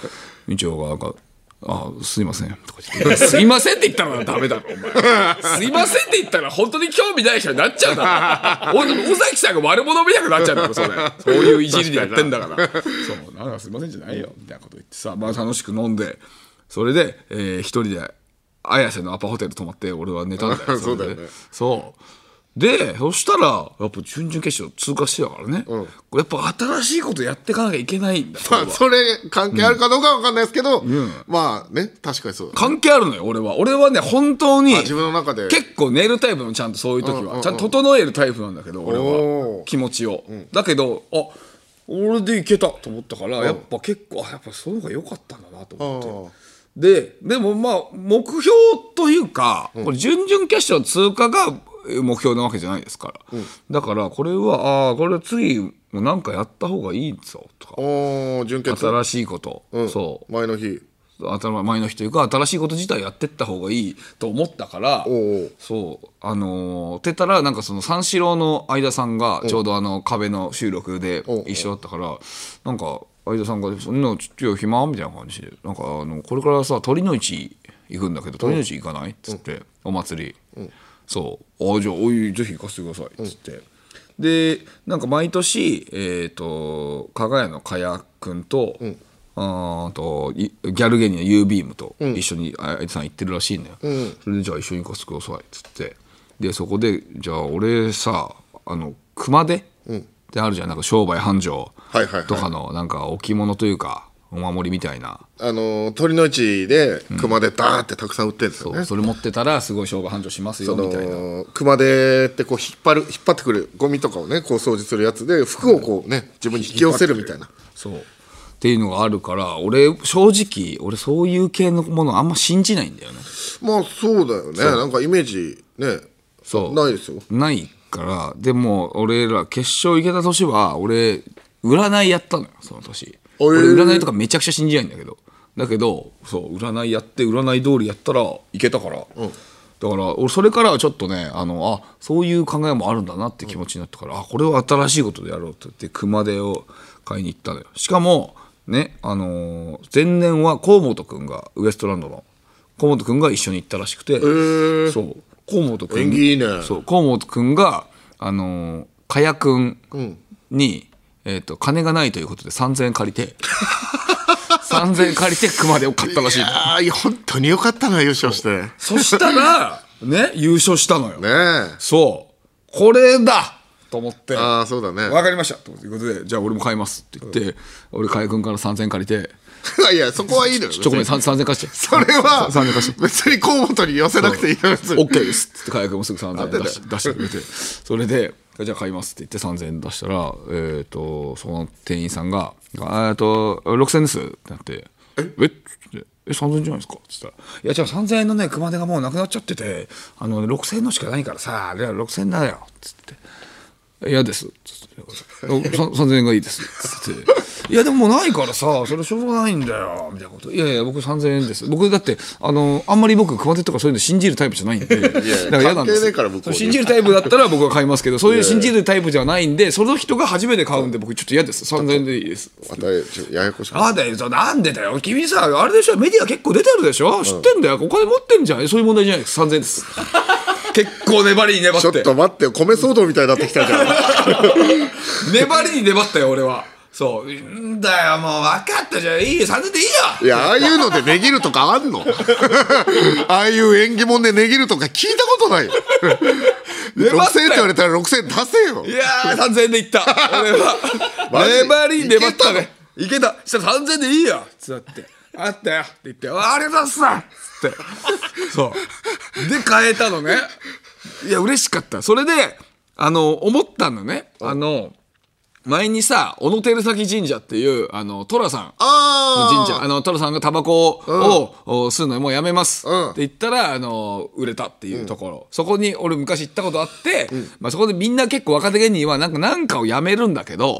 C: 道夫がなんか「あすいません」とか言って「すいません」って言ったらダメだろお前すいませんって言ったら本当に興味ない人になっちゃうだろ俺尾崎さんが悪者みたいになっちゃうだろそれそういういじりでやってんだからそうなんかすいませんじゃないよみたいなこと言ってさまあ楽しく飲んでそれで、えー一人で綾瀬のアパホテル泊まって俺は寝たんだよ
B: そうだよね
C: れでそうでそしたらやっぱ準々決勝通過してたからね、これやっぱ新しいことやっていかなきゃいけないんだ
B: まあ
C: 俺は
B: それ関係あるかどうかは分かんないですけど、まあね確かにそうだ
C: 関係あるのよ俺は俺はね本当に
B: あ自分の中で
C: 結構寝るタイプのちゃんとそういう時はちゃんと整えるタイプなんだけど俺
B: お
C: は
B: ー
C: 気持ちを、だけどあ俺でいけたと思ったから、やっぱ結構あやっぱそういう方が良かったんだなと思って。ででもまあ目標というか、これ準々決勝通過がえ目標なわけじゃないですから、だからこれはああこれ次も何かやった方がいいぞとか
B: おー準決、
C: 新しいこと、
B: うん
C: そう
B: 前の日
C: 頭前の日というか新しいこと自体やってった方がいいと思ったから
B: おう
C: そうあのーって言ったらなんかその三四郎の相田さんがちょうどあの壁の収録で一緒だったからなんか相田さんが「そんなちょっと暇?」みたいな感じで「なんかあのこれからさ鳥の市行くんだけど鳥の市行かない?」っつって、お祭り、そう「あじゃあおいぜひ行かせてください」っつって。でなんか毎年、えー、と加賀屋の加谷君と,、あーといギャル芸人の U ビームと一緒にああいつさん行ってるらしいんだよ、それでじゃあ一緒に行かせてくださいっつってでそこでじゃあ俺さあの熊手ってあるじゃんなんか商売繁盛
B: はいはいはい
C: とかのなんか置物というかお守りみたいな
B: あのー鳥の市で熊手ダーってたくさん売ってるんですよ
C: そ
B: ね、
C: うそれ持ってたらすごい商売繁盛しますよ
B: そ
C: みたいな
B: の熊手ってこう引っ張る引っ張ってくるゴミとかをねこう掃除するやつで服をこうね自分に引き寄せるみたいな
C: そうっていうのがあるから俺正直俺そういう系のものあんま信じないんだよね
B: まあそうだよねなんかイメージね
C: そう
B: ないですよ
C: ないからでも俺ら決勝行けた年は俺占いやったのよその年、
B: えー
C: 俺占いとかめちゃくちゃ信じないんだけどだけどそう占いやって占い通りやったらいけたから、だから俺それからはちょっとねあのあそういう考えもあるんだなって気持ちになったから、あこれは新しいことでやろうって言って熊手を買いに行ったのよしかもねあのー前年は河本くんがウエストランドの河本くんが一緒に行ったらしくて、そう河本くん
B: 縁起いいね
C: そう河本くんがあのー加谷くんに、えー、と金がないということで3,000円 借りて3,000円借りて熊手を買ったらしいの
B: ああ本当によかったな優勝してね
C: そし たら、ね、優勝したのよ。
B: え
C: そう。これだと思って、
B: あ
C: わ
B: あそうだね
C: かりましたということで、じゃあ俺も買いますって言って、俺、海君から3000円借りて、
B: いやそこはいいのよ
C: ちょ、ごめん、3000円貸して。
B: それは
C: 3000円貸して。
B: 別に河本に寄せなくていいのよそれ
C: OK ですって海君もすぐ3000円
B: てた
C: 出し出してくれて、それで、じゃあ買いますって言って3000円出したら、えっ、と、その店員さんが、えっ、と、6000円ですってなって、ええっつってえ3000円じゃないですかって言ったら「いやじゃあ3000円のね熊手がもうなくなっちゃっててあの6000円のしかないからさあれは6000円だよ」っつって嫌です」っつって「3000円がいいです」っつって「いやでももうないからさそれしょうがないんだよ」みたいなこと「いやいや僕3000円です僕だってあのあんまり僕熊手とかそういうの信じるタイプじゃないんでだから嫌な
B: 関
C: んで
B: 係
C: す
B: ね
C: よ
B: えから向こうに
C: 信じるタイプだったら僕は買いますけどそういう信じるタイプじゃないんでその人が初めて買うんで僕ちょっと嫌です3000円でいいです」
B: またちょややこしくなっ
C: ああだよそうなんでだよ君さあれでしょメディア結構出てるでしょ知ってんだよお金持ってんじゃんそういう問題じゃないです3000円です 結構粘りに粘
B: た
C: っ
B: ちょってと待ってよ米騒動みたいになってきたじゃん
C: 粘りに粘ったよ俺はそうんだよもう分かったじゃんいいよ3000円でいいよ
B: いやああいうので値切るとかあんの ああいう縁起物で値切るとか聞いたことないよ6000円って
C: 粘ったよ
B: 言われたら6000円出せよ
C: いやー3000円でいった俺
B: マジ
C: は粘りに粘ったねいけたしたら3000円でいいよつってあったよって言ってあありがとうございますつってそうで変えたのねいや嬉しかったそれであの思ったのねあの前にさ小野照崎神社っていうあの寅さん
B: ああ
C: 神社あのトラさんがタバコを、お吸うのもうやめます、
B: うん
C: って言ったらあの売れたっていうところ、そこに俺昔行ったことあって、まあ、そこでみんな結構若手芸人はなんかなんかをやめるんだけど、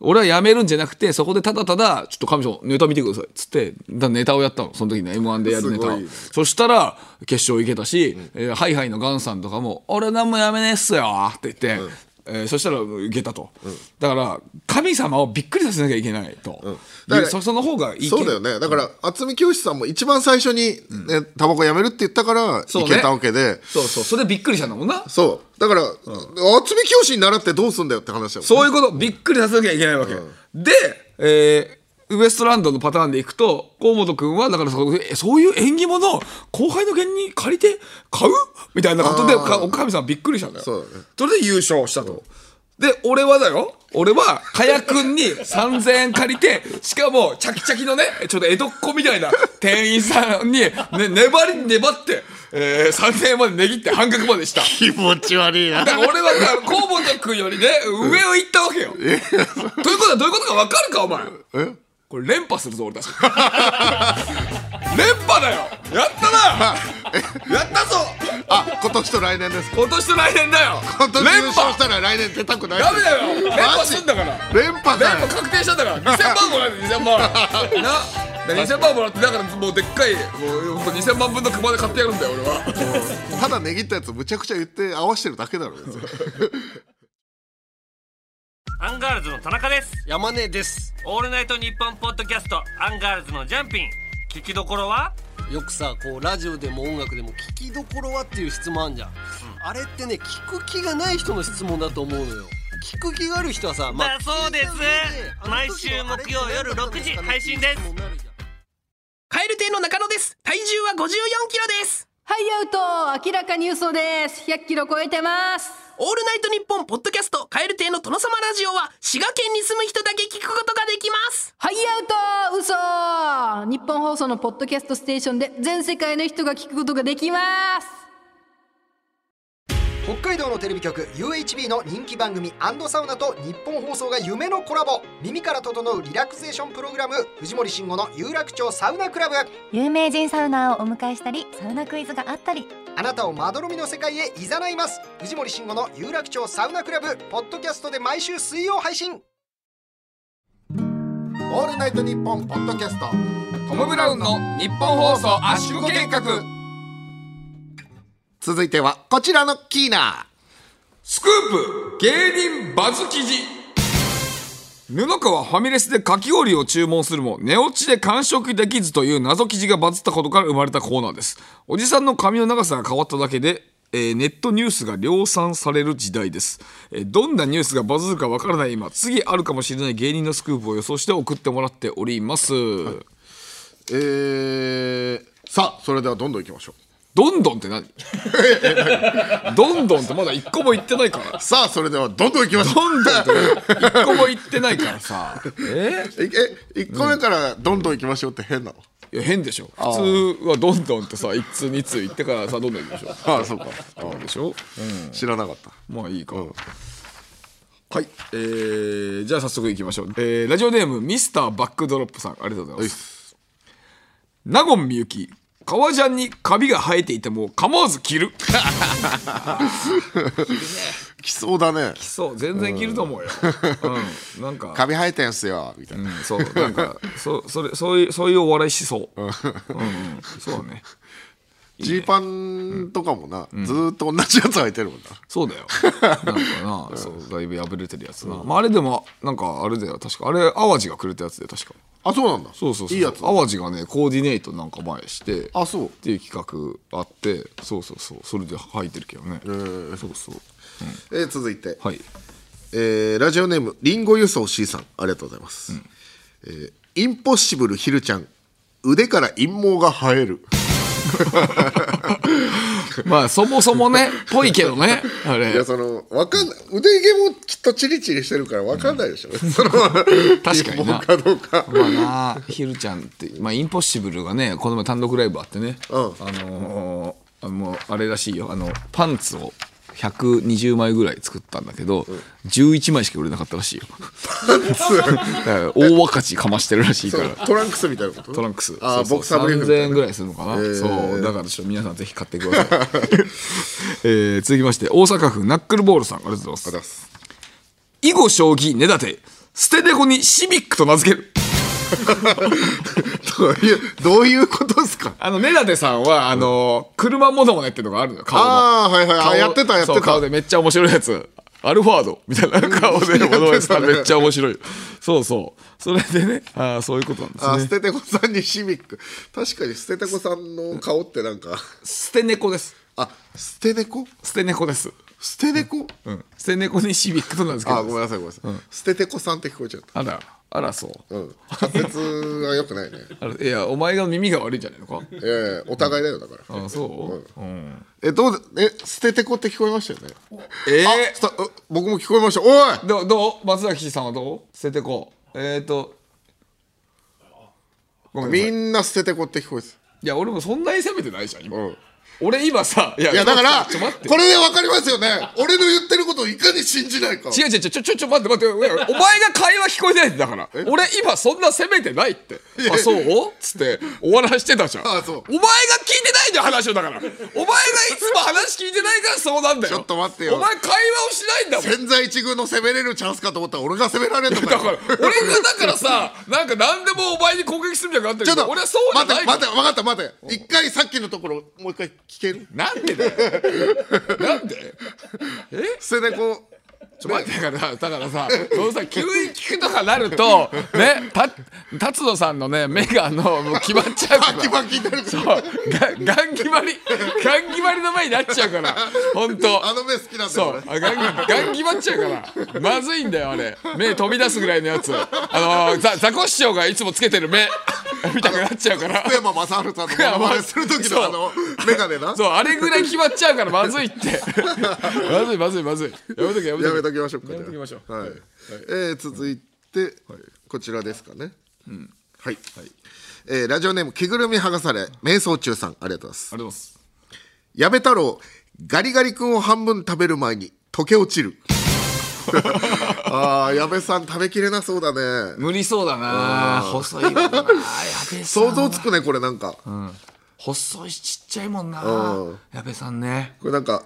C: 俺はやめるんじゃなくてそこでただただちょっと神様ネタ見てくださいっつってだネタをやったのその時の m 1でやるネタを
B: すごい
C: そしたら決勝行けたし、えーハイハイのガンさんとかも「俺何もやめねえっすよ」って言って、えーそしたらいけたと、だから神様をびっくりさせなきゃいけないと、
B: だから
C: そその方がいいけど
B: そうだよねだから渥美清さんも一番最初に、ねタバコやめるって言ったから
C: そう
B: い
C: ね
B: けたわけで
C: そうそうそれでびっくりしたんだもんな
B: そうだから、渥美清に習ってどうすんだよって話だもん
C: そういうことびっくりさせなきゃいけないわけ、で、えーウエストランドのパターンでいくと河本君はだからそうえそういう縁起物を後輩の芸人に借りて買うみたいなことでかおかみさんびっくりしたんだよ
B: そうだね
C: それで優勝したと。で俺はだよ俺は加谷君に3000円借りてしかもチャキチャキのねちょっと江戸っ子みたいな店員さんに、ね、粘りに粘って、えー3000円まで値切って半額までした
B: 気持ち悪いな
C: だから俺はだから河本君よりね上を行ったわけよ。ということはどういうことか分かるかお前これ連覇するぞ俺たち連覇だよやっ たなやったぞ
B: あ今年と来年です
C: 今年と来年だよ
B: 今年優
C: 連
B: 勝した
C: 覇
B: ら来年出たくない
C: ダメだよ連覇すんだから
B: 連覇
C: 連
B: だよ
C: 覇確定したんだから2000万もらえて2000万なだから2000万もらってだからもうでっかいもうほんと2000万分の熊で買ってやるんだよ俺は
B: ただ値切ったやつむちゃくちゃ言って合わしてるだけだろ別に
H: アンガールズの田中です
I: 山根です
H: オールナイトニッポンポッドキャストアンガールズのジャンピン聞きどころは
I: よくさこうラジオでも音楽でも聞きどころはっていう質問あんじゃん、あれってね聞く気がない人の質問だと思うのよ聞く気がある人はさ、
H: だそうです毎週木曜夜6時配信です
G: カエル亭の中野です体重は5 4キロです
J: ハイアウト明らかに嘘です100キロ超えてます
G: オールナイトニッポンポッドキャストカエル亭の殿様ラジオは滋賀県に住む人だけ聞くことができます
J: ハイアウト嘘日本放送のポッドキャストステーションで全世界の人が聞くことができます
K: 北海道のテレビ局 UHB の人気番組サウナと日本放送が夢のコラボ耳から整うリラクゼーションプログラム藤森慎吾の有楽町サウナクラブ
L: 有名人サウナーをお迎えしたりサウナクイズがあったり
K: あなたをまどろみの世界へいざないます藤森慎吾の有楽町サウナクラブポッドキャストで毎週水曜配信
B: オールナイトニッポン」ポッドキャスト
C: トム・ブラウンの日本放送圧縮計画
B: 続いてはこちらのキーナ
C: スクープ芸人バズ記事布川ファミレスでかき氷を注文するも寝落ちで完食できずという謎記事がバズったことから生まれたコーナーですおじさんの髪の長さが変わっただけでえーネットニュースが量産される時代です、えーどんなニュースがバズるかわからない今次あるかもしれない芸人のスクープを予想して送ってもらっております、
B: えー、さあそれではどんどんいきましょう
C: どんどんって何 どんどんってまだ一個も言ってないから
B: さあそれではどんどんいきましょう
C: どんどんって一個も言ってないから さ
B: ええ1個目からどんどんいきましょうって変なの、
C: いや変でしょ
B: あ
C: 普通はどんどんってさ1通2通言ってからさどんどん行くでしょ
B: ああそうか
C: そうでしょ、
B: 知らなかった
C: まあいいか、はいえー、じゃあ早速行きましょう、えー、ラジオネームミスターバックドロップさんありがとうございます納言みゆき革ジャンにカビが生えていても構わず着る
B: 来そうだね
C: 着そう全然着ると思うよ、うん、なんか
B: カビ生えてんすよみたいな、
C: そうなんかそそれそういうそういうお笑いしそう、うんうん、そうだね
B: ジーパンとかもな、ずーっと同じやつ履いてるもんな
C: そうだよなんかな、そうだいぶ破れてるやつな、まあ、あれでもなんかあれだよ確かあれ淡路がくれたやつで確か
B: あそうなんだ
C: そうそうそう
B: いいやつ
C: 淡路がねコーディネートなんか前して
B: あそう
C: っていう企画あってそうそうそうそれで履いてるけどね、そうそう
B: えー続いて、
C: はい
B: えーラジオネームリンゴ輸送 C さんありがとうございます、えーインポッシブルひるちゃん腕から陰毛が生える
C: まあそもそもねぽいけどねあ
B: いや
C: れ
B: そのわかんない腕毛もきっとチリチリしてるからわかんないでしょ、 その
C: 確かにな
B: 陰毛かどうか
C: まあなひるちゃんって、まあ、インポッシブルがねこの前単独ライブあってね、
B: うん
C: あのーあもうあれらしいよあのパンツを120枚ぐらい作ったんだけど、11枚しか売れなかったらしいよだから 大若ちかましてるらしい
B: そ
C: か
B: う
C: ら
B: トランクスみたいなこと
C: トランクス
B: あー
C: そ
B: ボ
C: う
B: クサ
C: そう
B: ーブリーフみた
C: 3000
B: いな
C: 円ぐらいするのかな、
B: へー
C: そうだからちょっと皆さんぜひ買ってください、 えー続きまして大阪府ナックルボールさんありがとうございます囲碁将棋根立て捨て猫にシビックと名付ける
B: どういうどういうことですか
C: あの、根立さんは、あの、車モノマネってのがあるのよ、顔の。
B: ああはいはい
C: 顔
B: あやってたやって
C: そう
B: た
C: 顔でめっちゃ面白いやつ。アルファードみたいな顔でモノマネし ためっちゃ面白い。そうそう。それでね、ああ、そういうことなんです
B: あ
C: ね
B: 捨。ててこさんにシビック確かに捨ててこさんの顔ってなんか
C: 捨て猫です。
B: あ捨て猫
C: 捨て猫です。
B: 捨て猫、
C: うん。捨て猫にシビックとなんですけど。
B: あごめんなさいごめんなさい、捨ててこさんって聞こえちゃっ
C: あら、あら、そう。
B: たうん 滑舌が良くないね
C: あらいや、お前が耳が悪いんじゃないのか。
B: ええお互いだよだから
C: あそう、うん、
B: えどうでえ捨ててこって聞こえましたよね
C: え
B: あスタう僕も聞こえましたおい
C: ー、どうどう松崎さんはどう捨ててこう。えっ、ー、と。ごめんなさい
B: みんな捨ててこって聞こえて
C: いや俺もそんなに責めてないじゃん今、
B: うん
C: 俺今さいや
B: たいやだから
C: ちょっと待って
B: これで分かりますよね俺の言ってることをいかに信じないか
C: 違う違う違うちょちょちょ待って待っていやお前が会話聞こえないんだから俺今そんな責めてないってあそうつって終わらしてたじゃん
B: あそう
C: お前が聞いてないじゃん話をだからお前がいつも話聞いてないからそうなんだよ
B: ちょっと待ってよ
C: お前会話をしないんだもん
B: 千載一遇の攻めれるチャンスかと思ったら俺が攻められるとか
C: だから俺がだからさなんか何でもお前に攻撃するみたいになって
B: ちょ
C: る
B: っ
C: けど
B: と
C: 俺はそうじゃ
B: 待って
C: ないから
B: 待って分かった待って一回さっきのところもう一回聞ける
C: なんでだよなんでえ
B: 捨ててこ
C: ちょ待ってだからだからさそのさ急に聞くとかなるとねた達野さんのね目があのもう決まっちゃう から
B: バキバキになるか
C: そう
B: ら
C: がガン決まりガン決まりの前になっちゃうから本当
B: あの目好きなんだ
C: そう
B: よ
C: あガンガン決まっちゃうからまずいんだよあれ目飛び出すぐらいのやつあのザザコシショウがいつもつけてる目 みたくなっちゃうから
B: 福山雅治さんのモノマネする時
C: そう
B: のあのメガネな
C: そうあれぐらい決まっちゃうからまずいってまずいまずいまずいやめとけやめとけ
B: やめときましょうか
C: やめときましょう
B: はい
C: はい
B: えー続いてこちらですかねはいえーラジオネーム着ぐるみ剥がされ瞑想中さんありがとうございます
C: ありがとうございます
B: 矢部太郎ガリガリ君を半分食べる前に溶け落ち るあー矢部さん食べきれなそうだね
C: 無理そうだな細 いもんなやべさ
B: 想
C: ん
B: 像つくねこれなんか
C: 細いしちっちゃいもん
B: う
C: なん矢部さんね
B: これなんか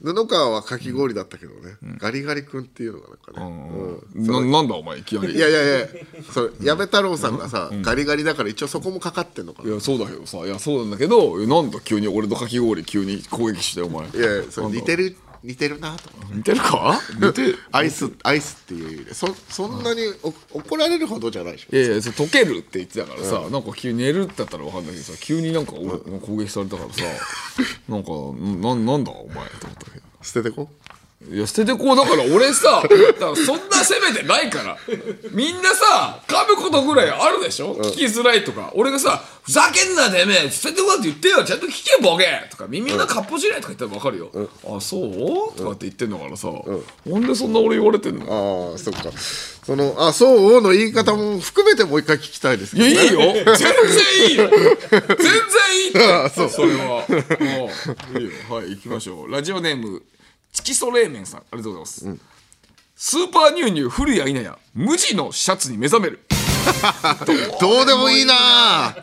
B: 布川はかき氷だったけどね、ガリガリ君っていうのがなんかね、うん
C: ななんだお前いきなり
B: いやいやいやそう矢部太郎さんがさ、ガリガリだから一応そこもかかってんのか
C: いやそうだけどさいやそうなんだけどなんだ急に俺のかき氷急に攻撃してお前
B: いやいやそう似てる似てるなと思って
C: 似てるか似 て
B: アイスアイスっていう意味でそそんなにお怒られるほどじゃないでしょ
C: いやいやそう溶けるって言ってたからさ、
B: うん
C: なんか急に寝るって言ったらわかんないけどさ急になんか俺、攻撃されたからさなんかななんだお前と思ったけど
B: 捨ててこ
C: いや捨ててこうだから俺さだからそんな攻めてないからみんなさ噛むことぐらいあるでしょ、聞きづらいとか俺がさ「ふざけんなてめえ捨ててこうって言ってよちゃんと聞けボケ!」とか「耳がかっぽじれ!」とか言ったらわかるよ、あそうとかって言ってんだからさ、なんでそんな俺言われてん
B: のああそっかその「あそう」の言い方も含めてもう一回聞きたいですけど、ね、
C: いやいいよ全然いいよ全然いいって
B: あそう
C: それはもういいよはい行きましょうラジオネームチキソ冷麺さんありがとうございます、スーパーニューニュー古谷稲や無地のシャツに目覚める
B: どうでもいいな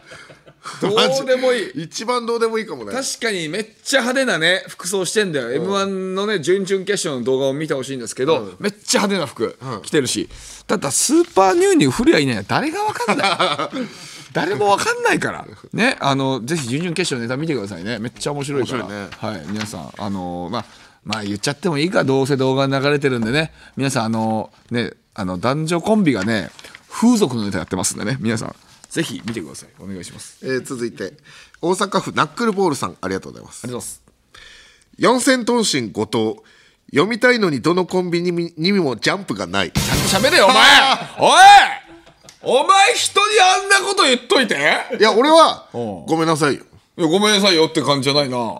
C: どうでもいい
B: 一番どうでもいいかもね
C: 確かにめっちゃ派手なね服装してんだよ、m 1のね準々決勝の動画を見てほしいんですけど、めっちゃ派手な服着てるし、ただスーパーニューニュー古谷稲や誰がわかんない 誰もわかんないからねあのぜひ準々決勝のネタ見てくださいねめっちゃ面白いからはい、皆さんあのまあまあ言っちゃってもいいかどうせ動画流れてるんでね皆さんあのねあの男女コンビがね風俗のネタやってますんでね皆さんぜひ見てくださいお願いします
B: えー続いて大阪府ナックルボールさんありがとうございます
C: ありがとうございます
B: 4000トン身後藤読みたいのにどのコンビニににもジャンプがない
C: 喋れよお前おいお前人にあんなこと言っといて
B: いや俺はごめんなさいよ
C: いやごめんなさいよって感じじゃないな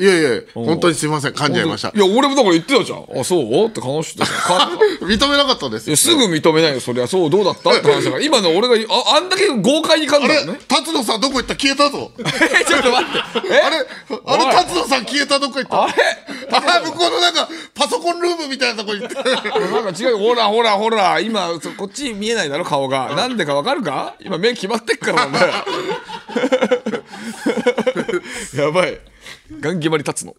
C: い
B: やいや本当にすいません噛んじゃいました
C: いや俺もだから言ってたじゃんあそうって話してたじゃんか
B: 認めなかったです
C: いやすぐ認めないよそりゃそうどうだったって話だから今の俺がああんだけ豪快に噛んだのね
B: 辰野さんどこ行った消えたぞ
C: ちょっと待ってえ
B: あれあれ辰野さん消えたどこ行った
C: あれ
B: あれ向こうのなんかパソコンルームみたいなとこ行って
C: なんか違うよほらほらほら今そこっち見えないだろ顔がなんでかわかるか今目決まってっか らなんだよやばいガン決まり立つの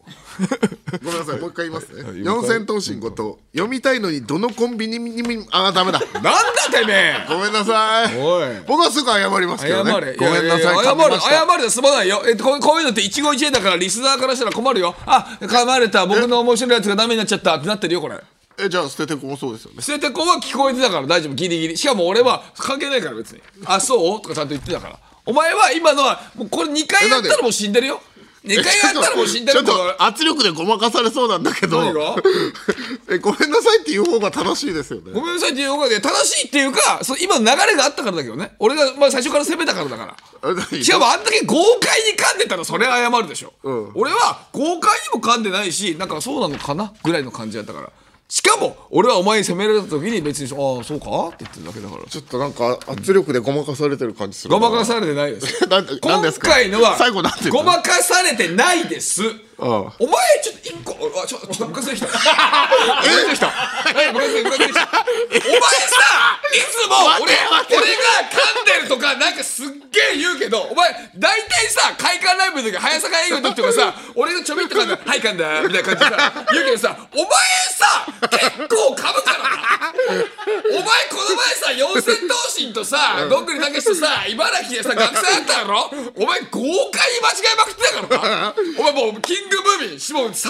B: ごめんなさいもう一回言いますね
C: はい
B: 四千頭身ごと読みたいのにどのコンビニにもああダメだ
C: なんだてめえ
B: ごめんなさい
C: おい
B: 僕はすぐ謝りますけ
C: 謝
B: どね
C: れ
B: ごめんなさい
C: ややや謝
B: 噛みま
C: る
B: した
C: 謝るで済まないよえっとこうこういうのって一期一会だからリスナーからしたら困るよあ噛まれた僕の面白いやつがダメになっちゃったってなってるよこれ
B: えじゃあ捨ててこもそうですよね
C: 捨ててこは聞こえてたから大丈夫ギリギリしかも俺は関係ないから別にあそうとかちゃんと言ってたからお前は今のはもうこれ2回やったらもう死んでるよ2回やったらもう死んで
B: ち
C: る
B: ょっと圧力でごまかされそうなんだけど
C: 何が
B: えごめんなさいっていう方が正しいですよね
C: ごめんなさいっていうかで正しいっていうかそう今の流れがあったからだけどね俺が、まあ、最初から攻めたからだから しかもあんだけ豪快に噛んでたらそれは謝るでしょ、俺は豪快にも噛んでないしなんかそうなのかなぐらいの感じだったからしかも俺はお前に責められた時に別に「ああそうか?」って言ってるだけだから
B: ちょっとなんか圧力でごまかされてる感じする
C: ごまか
B: れ
C: されてないです
B: て なんでなん
C: 今
B: ですか
C: 回のは
B: 最後なんて言った
C: ごまかされてないです
B: ああ
C: お前ちょっと一個あちょちょっとムカつい てきたムカついてきたムカついてきたムカついてきたお前さいつも俺俺が噛んでるとかなんかすっげえ言うけどお前大体さ会館ライブの時早坂営業の時とかさ俺がちょびっと噛んで「はい噛んだ」みたいな感じでさ言うけどさお前さ結構噛むからなお前この前さ四千頭身とさどんぐりたけしとさ茨城でさ学生あったやろお前豪快に間違えまくってたから なお前もうキングムービーもう300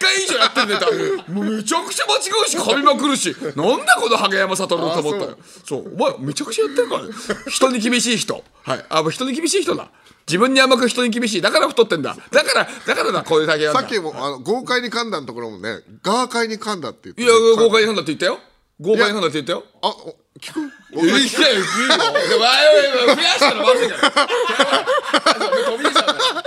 C: 回以上やってんでたもうめちゃくちゃ間違うし噛みまくるしなんだこの萩山悟と思ったよそうお前めちゃくちゃやってるからね人に厳しい人はいあもう人に厳しい人だ自分に甘く人に厳しいだから太ってんだだからだからだこういう竹山
B: さっきもあの豪快に噛んだのところもねガー快に噛んだって言って
C: い
B: い
C: や豪快違反だって言ったよ豪快違反だって言ったよ
B: あお聞く
C: いやいやいやいやいや増やしたらまずいから目飛び出ちゃうから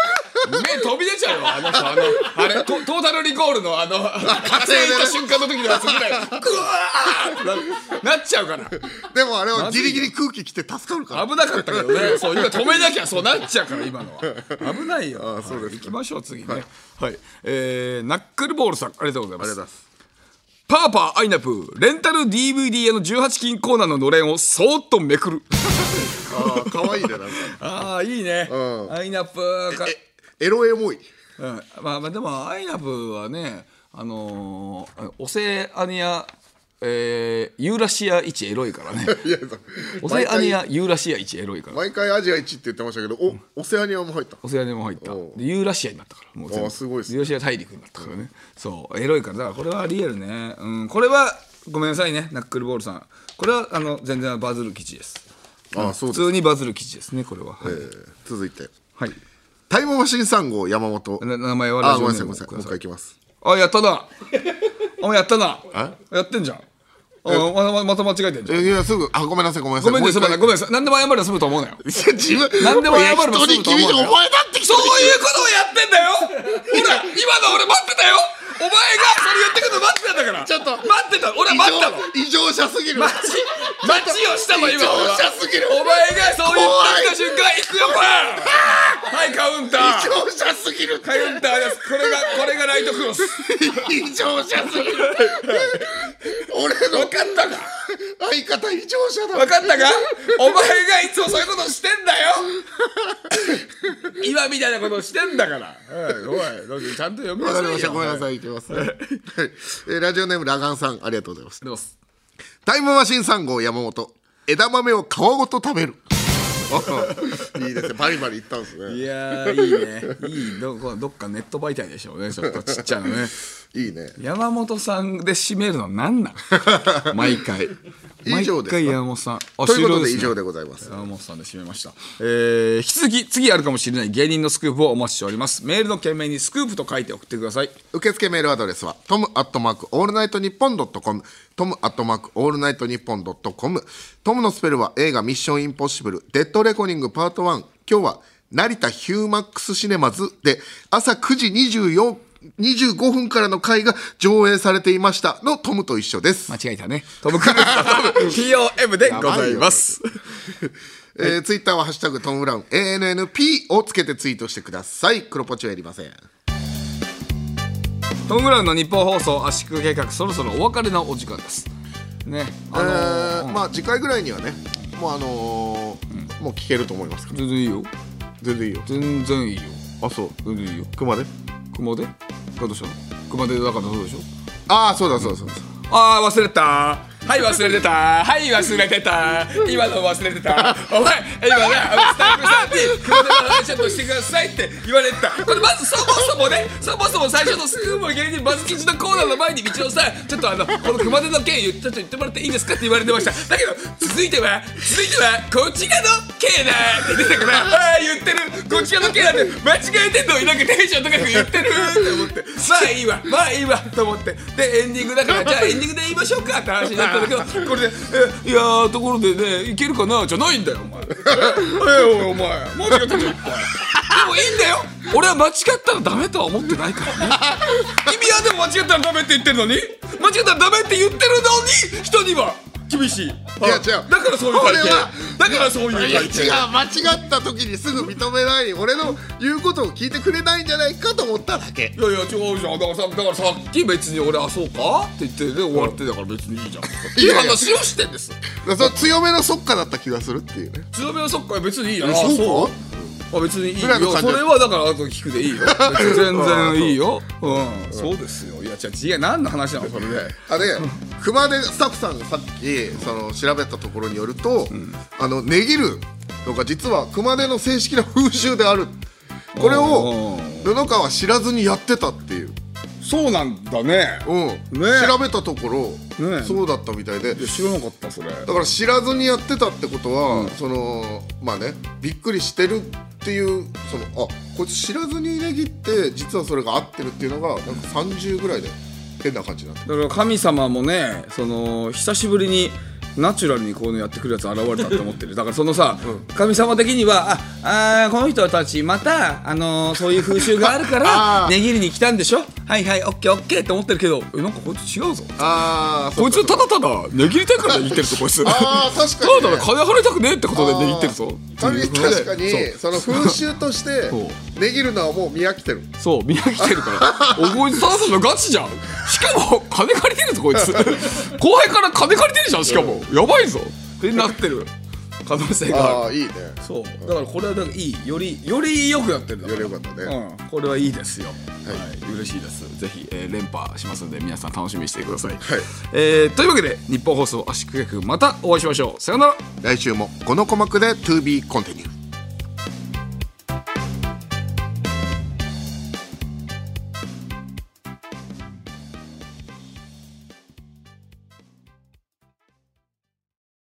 C: 目飛び出ちゃうよあの人あのあれトトータルリコールのあの火星行った瞬間の時のやつぐらいグワーってななっちゃうから
B: でもあれはギリギリ空気来て助かるから
C: 危なかったけどねそう今止めなきゃそうなっちゃうから今のは危ないよ
B: あそうです
C: 行きましょう次ねはい、えーナックルボールさんありがとうございます
B: ありがとうございま
C: パーパーアイナプーレンタル DVD 屋の18金コーナーののれんをそーっとめくる
B: あー可愛いねなんか
C: ああいいね、
B: ん
C: アイナップか
B: エロエモい
C: うん、まあまあでもアイナップはねあのーオセアニア、えーユーラシア一エロいから ねオセアニアユーラシア一エロいから
B: 毎回アジア1って言ってましたけどおオセアニアも入った
C: オセアニアも入ったでユーラシアになったからもう全部
B: あすごいっすね
C: ユーラシア大陸になったからねそうエロいからだからこれはありえるね、うん、これはごめんなさいねナックルボールさんこれはあの全然バズる記事です
B: あ
C: うん
B: そうです
C: 普通にバズる記事ですねこれは、
B: え
C: はい
B: ー続いて
C: はい
B: タイムマシーン3号山本
C: 名前は
B: あ
C: ラジ
B: ご
C: オ
B: めんな
C: ネ
B: さい
C: ーム
B: ごめんなさいもう一回いきます
C: あやった なあやったなやってんじゃんあまままた間違えてんじゃん
B: いやすぐあごめんなさいごめんなさ
C: ご
B: い
C: めんねすまない
B: も
C: ご
B: う
C: めんね何でも謝れば済むと思うなよ
B: 一回いや自分
C: 何でも謝れば
B: いや人に
C: 済むと思う
B: 君
C: な
B: に
C: よ
B: お前だって
C: そういうことをやってんだよほら今の俺待ってたよお前がそれ言ってくるの待ってたんだから
B: ちょっと
C: 待ってた俺は待ったの
B: 異常者すぎる
C: 待ち待ちをしたの
B: 異
C: 今
B: 常者すぎる
C: お前がそう言ってきた瞬間行くよこれはいカウンター
B: 異常者すぎる
C: カウンターですこれがこれがライトクロス
B: 異常者すぎる俺の分かったか相方異常者だ
C: 分かったかお前がいつもそういうことしてんだよ今みたいなことしてんだからはいおいちゃんと読みな
B: わ
C: さ
B: かり
C: いよ
B: ました。ごめんなさい。いきます。はい。えーラジオネームラガンさん、ありがとうございます。タイムマシーン3号山本、枝豆を皮ごと食べ る。あいいですね。バリバリいったんですね。
C: いやーいいねいいどこどっかネット媒体でしょうねちょっとちっちゃいのね
B: いいね。
C: 山本さんで締めるのなんなん毎回
B: 以上ですか
C: 毎回山本さんあ
B: という
C: 終
B: こと
C: 了
B: で以
C: すね
B: 上でございます。
C: 山本さんで締めました、えー、引き続き次あるかもしれない芸人のスクープをお待ちしておりますメールの件名にスクープと書いて送ってください
B: 受付メールアドレスはトムアットマークオールナイトニッポンドットコムトムアットマークオールナイトニッポンドットコムトムのスペルは映画「ミッションインポッシブルデッドレコニングパート1」今日は成田ヒューマックスシネマズで朝9時24 25分からの回が上映されていましたのトムと一緒です間
C: 違えたねトム・クルーズとトム TOM でございます
B: えーツイッターは「ハッシュタグトム・ブラウン ANNP」をつけてツイートしてください黒ポチはいりません
C: トム・ブラウンの日本放送圧縮計画そろそろお別れのお時間ですねあの
B: えーまあ次回ぐらいにはねもうあのーもう聞けると思いますから
C: 全然いいよ
B: 全然いいよ
C: 全然いいよ
B: あそう
C: 全然いいよ
B: 熊で
C: 熊手がどうしたの熊手だからそうでしょ
B: ああそうだそうだそうだ
C: ああ忘れたはい忘れてたはい忘れてた今の忘れてたお前今ねスタッフさんに「黒手の話ちょっとしてください」って言われてたこれまずそもそもねそもそも最初のスクープの芸人バズ記事のコーナーの前に道をさんちょっとあのこの熊手の件言ってちょっと言ってもらっていいですかって言われてましただけど続いては続いてはこちらの件だって出てたからああー言ってるこちらの件だって間違えてんのになんかテンション高く言ってるって思ってまあいいわまあいいわと思ってでエンディングだからじゃあエンディングで言いましょうかって話になったんだけどこれで「えいやーところでねいけるかな?」じゃないんだよお前えおいお前間違ってるよお前でもいいんだよ俺は間違ったらダメとは思ってないからね 君はでも間違ったらダメって言ってるのに間違ったらダメって言ってるのに人には厳しいい
B: や違う
C: だからそういう体
B: 俺は
C: 験だからそういう
B: いや違
C: 体
B: う
C: 験
B: 間違った時にすぐ認めない俺の言うことを聞いてくれないんじゃないかと思っただけ
C: いやいや違うじゃんだからさだからさっき別に俺あそうかって言ってで終わってだから別にいいじゃんいい話をしてんです
B: その強めのそっかだった気がするっていうね
C: 強めのそっか別にいいよ
B: え
C: あ
B: そうか
C: うあ別にいいよ
B: ぐらいの感じ
C: それはだからあと聞くでいいよ別に全然いいよ うんそうですよいや違う違う何の話なのそれで
B: あで熊でスタッフさんがさっきその調べたところによると、あの値切るのが実は熊手の正式な風習であるこれを布川は知らずにやってたっていう
C: そうなんだね
B: うん、
C: ね
B: 調べたところ、
C: ね
B: そうだったみたいで
C: いや知らなかったそれ
B: だから知らずにやってたってことは、そのまあねびっくりしてるっていうそのあこいつ知らずに値切って実はそれが合ってるっていうのがなんか30ぐらいで変な感じになって
C: だから神様もねその久しぶりにナチュラルにこういうのやってくるやつ現れたって思ってるだからそのさ、神様的にはああーこの人たちまた、あのーそういう風習 があるか
B: あ
C: ら
B: ー
C: 値切りに来たんでしょはいはいオッケーオッケーって思ってるけどえなんかこいつ違うぞ
B: あ
C: こいつただただ値切りたいから値切ってるぞこいつ
B: あー確かにね
C: ただただ金払いたくねえってことで値切ってるぞ
B: 確かに確かにその風習として
C: そう
B: 値切るのはもう見飽きてる
C: そう見飽きてるから おこいつただただガチじゃんしかも金借 りてるぞこいつ後輩から金借りてるじゃんしかもやばいぞってなってる可能性がある
B: ああいいね
C: そうだからこれはだからいいよりより良くなってるより良かったね、うん、これはいいですよはい、嬉しいですぜひ、えー連覇しますので皆さん楽しみにしてください、えーというわけで日本放送圧縮計画またお会いしましょうさようなら
B: 来週もこの鼓膜で TOBE コンティニュー